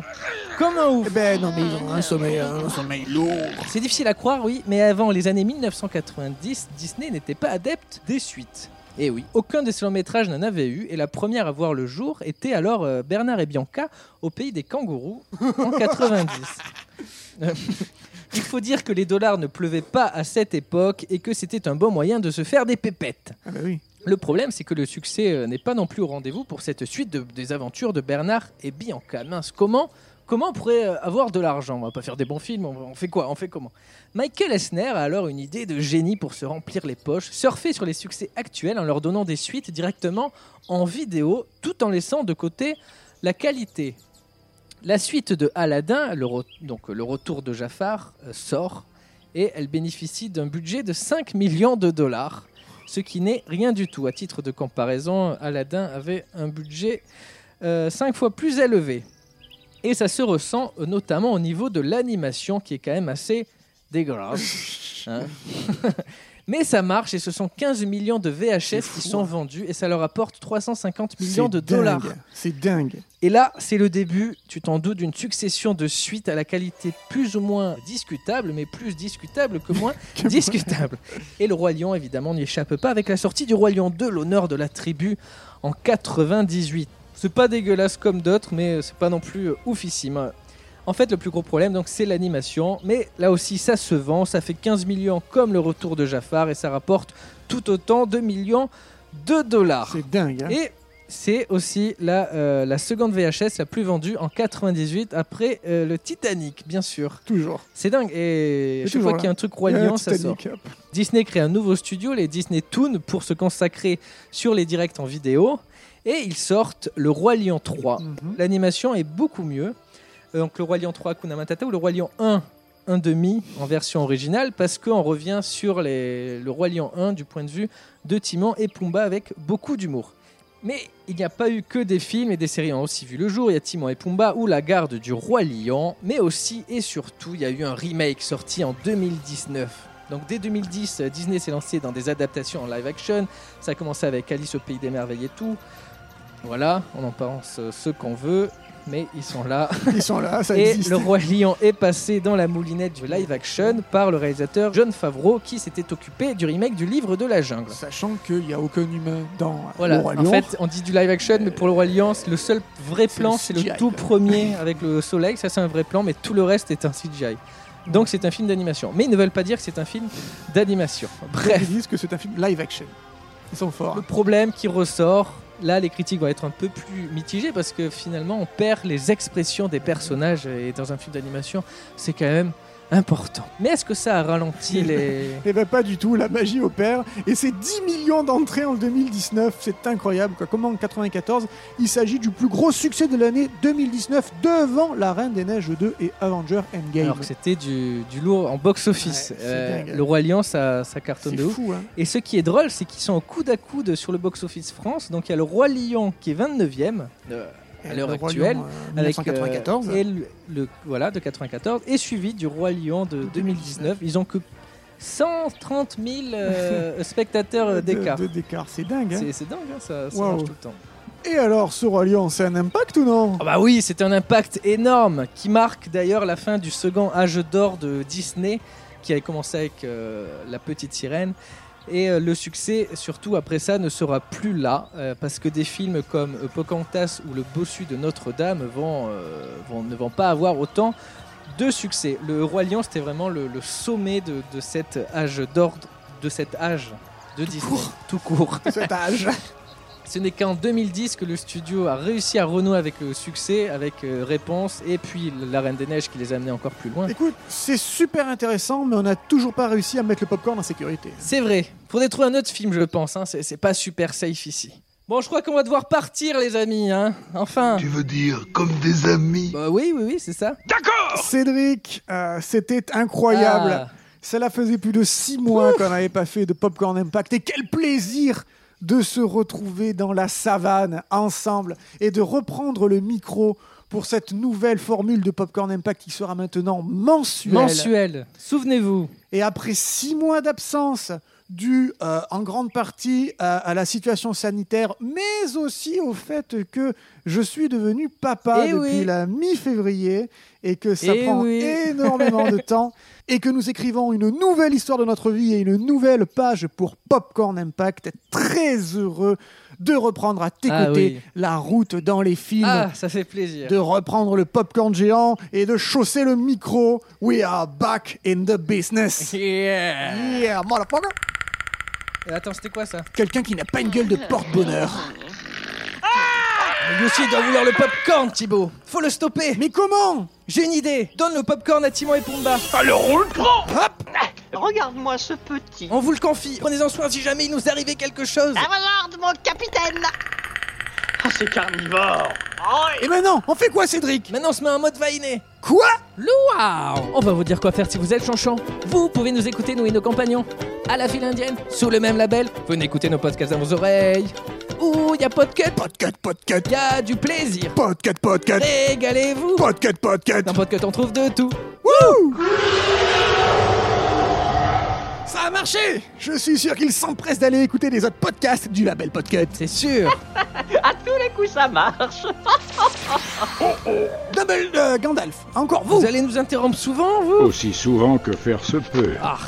comme un ouf. Eh ben non, mais ils ont un sommeil, hein. un sommeil lourd. C'est difficile à croire, oui, mais avant les années 1990, Disney n'était pas adepte des suites. Et oui, aucun de ses longs métrages n'en avait eu, et la première à voir le jour était alors euh, Bernard et Bianca au pays des kangourous (laughs) en 90. Euh, (laughs) Il faut dire que les dollars ne pleuvaient pas à cette époque et que c'était un bon moyen de se faire des pépettes. Ah bah oui. Le problème, c'est que le succès euh, n'est pas non plus au rendez-vous pour cette suite de- des aventures de Bernard et Bianca. Mince, comment Comment on pourrait euh, avoir de l'argent On va pas faire des bons films, on, on fait quoi On fait comment Michael Esner a alors une idée de génie pour se remplir les poches, surfer sur les succès actuels en leur donnant des suites directement en vidéo, tout en laissant de côté la qualité. La suite de Aladdin, le re- donc euh, le retour de Jafar, euh, sort et elle bénéficie d'un budget de 5 millions de dollars ce qui n'est rien du tout. À titre de comparaison, Aladdin avait un budget 5 fois plus élevé. Et ça se ressent euh, notamment au niveau de l'animation qui est quand même assez (laughs) dégueulasse. hein. (laughs) Mais ça marche et ce sont 15 millions de VHS fou, qui sont hein. vendus et ça leur apporte 350 millions C'est de dingue, dollars. C'est dingue. Et là, c'est le début, tu t'en doutes, d'une succession de suites à la qualité plus ou moins discutable, mais plus discutable (laughs) que moins discutable. Et le Roi Lion, évidemment, n'y échappe pas avec la sortie du Roi Lion 2, l'honneur de la tribu, en 98. C'est pas dégueulasse comme d'autres, mais c'est pas non plus euh, oufissime. En fait, le plus gros problème, donc, c'est l'animation. Mais là aussi, ça se vend, ça fait 15 millions comme le retour de Jafar, et ça rapporte tout autant 2 millions de dollars. C'est dingue. hein. Et c'est aussi la, euh, la seconde VHS la plus vendue en 98 après euh, le Titanic, bien sûr. Toujours. C'est dingue. Et Et chaque toujours fois qu'il y a là. un truc Roi Il y a Lion, un ça sort. Titanic, hop. Disney crée un nouveau studio, les Disney Toon, pour se consacrer sur les directs en vidéo. Et ils sortent le Roi Lion 3. Mhm. L'animation est beaucoup mieux. Euh, donc le Roi Lion 3 Hakuna Matata ou le Roi Lion 1 1,5 en version originale parce qu'on revient sur les- le Roi Lion 1 du point de vue de Timon et Pumba avec beaucoup d'humour. Mais il n'y a pas eu que des films et des séries ont aussi vu le jour. Il y a Timon et Pumba ou La Garde du Roi Lion, mais aussi et surtout il y a eu un remake sorti en 2019. Donc dès 2010, euh, Disney s'est lancé dans des adaptations en live action. Ça a commencé avec Alice au pays des merveilles et tout. Voilà, on en pense euh, ce qu'on veut. mais ils sont là. Ils sont là, (laughs) ça Et existe. le roi lion est passé dans la moulinette du live action par le réalisateur John Favreau qui s'était occupé du remake du livre de la jungle. Sachant qu'il n'y a aucun humain dans Voilà, le roi en lion. fait, on dit du live action, mais pour le Roi Lion, c'est le seul vrai C'est plan, le c'est le CGI, tout quoi. premier avec le soleil, ça c'est un vrai plan, mais tout le reste est un CGI. Donc c'est un film d'animation. Mais ils ne veulent pas dire que c'est un film d'animation. Bref, Ils disent que c'est un film live action. Ils sont forts. le problème qui ressort, là les critiques vont être un peu plus mitigées parce que finalement on perd les expressions des personnages et dans un film d'animation, c'est quand même important. Mais est-ce que ça (laughs) a ralenti les... Eh ben pas du tout, la magie opère. Et c'est 10 millions d'entrées en 2019, c'est incroyable. Quoi. Comment en 94, il s'agit du plus gros succès de l'année 2019 devant La Reine des Neiges 2 et Avenger Endgame. Alors que c'était du, du lourd en box-office. Ouais, c'est Euh, dingue. le Roi Lion, ça, ça cartonne c'est de ouf. fou, hein. Et ce qui est drôle, c'est qu'ils sont au coude à coude sur le box-office France. Donc il y a le Roi Lion qui est 29e euh, à Et l'heure le Roi actuelle. Lion, euh, avec, 1994. euh, et le, le- voilà, de 94. Et suivi du Roi Lion de 2019. Ils ont que 130 000 euh, spectateurs euh, De- d'écart. de- d'écart, c'est dingue. hein. C'est c'est dingue, hein, ça, ça Wow. marche tout le temps. Et alors, ce Roi Lion, c'est un impact ou non Ah bah oui, c'est un impact énorme qui marque d'ailleurs la fin du second âge d'or de Disney qui avait commencé avec euh, La Petite Sirène. Et euh, le succès, surtout après ça, ne sera plus là euh, parce que des films comme euh, Pocahontas ou Le Bossu de Notre-Dame vont, euh, vont- ne vont pas avoir autant de succès. Le Roi Lion, c'était vraiment le, le sommet de, de cet âge d'or de cet âge de Disney tout court. Cet âge. Ce n'est qu'en 2010 que le studio a réussi à renouer avec le succès, avec euh, Réponse et puis La Reine des Neiges qui les a amenés encore plus loin. Écoute, c'est super intéressant, mais on n'a toujours pas réussi à mettre le popcorn en sécurité. C'est vrai, faudrait trouver un autre film, je pense, hein. c'est c'est pas super safe ici. Bon, je crois qu'on va devoir partir, les amis, hein. Enfin. Tu veux dire comme des amis Bah oui, oui, oui, c'est ça. Cédric, euh, c'était incroyable. Ah. Cela faisait plus de six mois qu'on n'avait pas fait de Popcorn Impact. Et quel plaisir de se retrouver dans la savane ensemble et de reprendre le micro pour cette nouvelle formule de Popcorn Impact qui sera maintenant mensuelle. Mensuel, souvenez-vous. Et après six mois d'absence, due euh, en grande partie à, à la situation sanitaire, mais aussi au fait que je suis devenu papa Eh depuis oui. la mi-février et que ça Eh prend oui. (laughs) énormément de temps et que nous écrivons une nouvelle histoire de notre vie et une nouvelle page pour Popcorn Impact. Très heureux de reprendre à tes Ah côtés oui. la route dans les films Ah, ça fait plaisir. de reprendre le popcorn géant et de chausser le micro. We are back in the business. (laughs) Yeah. Yeah, motherfucker. Et Attends, c'était quoi ça Quelqu'un qui n'a pas une gueule de porte-bonheur. Mais Lui aussi, il doit vouloir le popcorn, Thibaut. Faut le stopper. Mais comment J'ai une idée. Donne le popcorn à Timon et Pumba. Regarde-moi ce petit. On vous le confie. Prenez-en soin si jamais il nous arrivait quelque chose. La regarde, mon capitaine Ah, c'est carnivore Et maintenant, on fait quoi, Cédric Maintenant, on se met en mode vainé. Quoi Louaou On va vous dire quoi faire si vous êtes chanchant. Vous pouvez nous écouter, nous et nos compagnons, à la file indienne, sous le même label. Venez écouter nos podcasts dans vos oreilles. Ouh, y a podcut, Podcut, podcut, y a du plaisir. podcut, podcut, Régalez-vous podcut, podcut. Dans Podcut, on trouve de tout. Wouh Ça a marché Je suis sûr qu'il s'empresse d'aller écouter les autres podcasts du label Podcut. C'est sûr À tous les coups, ça marche. Double euh, Gandalf, encore vous Vous allez nous interrompre souvent, vous Aussi souvent que faire se peut. Ah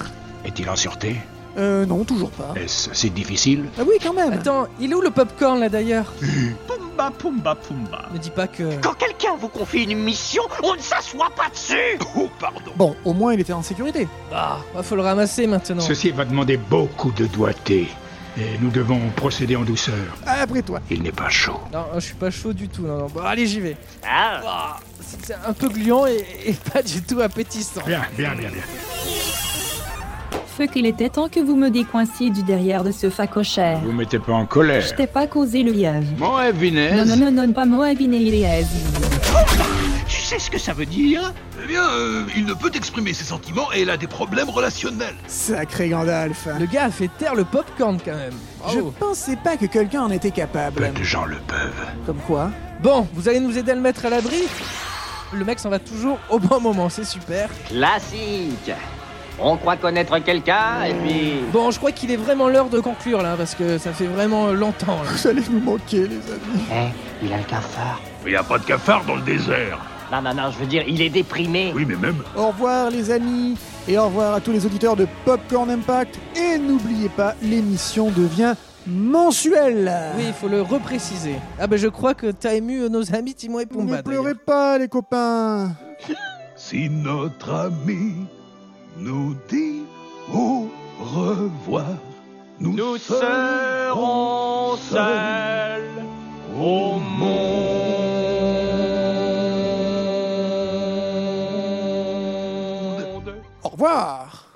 Est-il en sûreté Euh, non, toujours pas. Est-ce si difficile Ah oui, quand même Attends, il est où le popcorn là d'ailleurs Pumba, pumba, pumba. Ne dis pas que. Quand quelqu'un vous confie une mission, on ne s'assoit pas dessus. Oh, pardon. Bon, au moins il était en sécurité. Bah, bah, faut le ramasser maintenant. Ceci va demander beaucoup de doigté. Et nous devons procéder en douceur. Ah, Après toi. Il n'est pas chaud. Non, je suis pas chaud du tout. Non, non. Bon, allez, j'y vais. Ah. Ah, c'est c'est un peu gluant et, et pas du tout appétissant. Bien, bien, bien, bien. Feu qu'il était temps que vous me décoinciez du derrière de ce facochère. Vous mettez pas en colère. Je t'ai pas causé le lièvre. Mon Evinez, Non, non, non, non, pas moi, Abinériez. Tu sais ce que ça veut dire Eh bien, euh, il ne peut exprimer ses sentiments et il a des problèmes relationnels. Sacré Gandalf. Le gars a fait taire le popcorn quand même. Je Bravo. pensais pas que quelqu'un en était capable. peu de gens le peuvent. Comme quoi Bon, vous allez nous aider à le mettre à l'abri Le mec s'en va toujours au bon moment, c'est super. Classique. On croit connaître quelqu'un et puis. Bon, je crois qu'il est vraiment l'heure de conclure là, parce que ça fait vraiment longtemps. là. Vous allez nous manquer, les amis. Eh, il a le cafard. Mais y a pas de cafard dans le désert. Non, non, non, je veux dire, il est déprimé. Oui, mais même. Au revoir les amis et au revoir à tous les auditeurs de Popcorn Impact. Et n'oubliez pas, l'émission devient mensuelle. Oui, il faut le repréciser. Ah ben je crois que t'as ému euh, nos amis Timon et Pumba. ne d'ailleurs. pleurez pas les copains. Si notre ami nous dit au revoir, nous, Nous serons serons seuls au monde. Au revoir.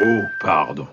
Oh, pardon.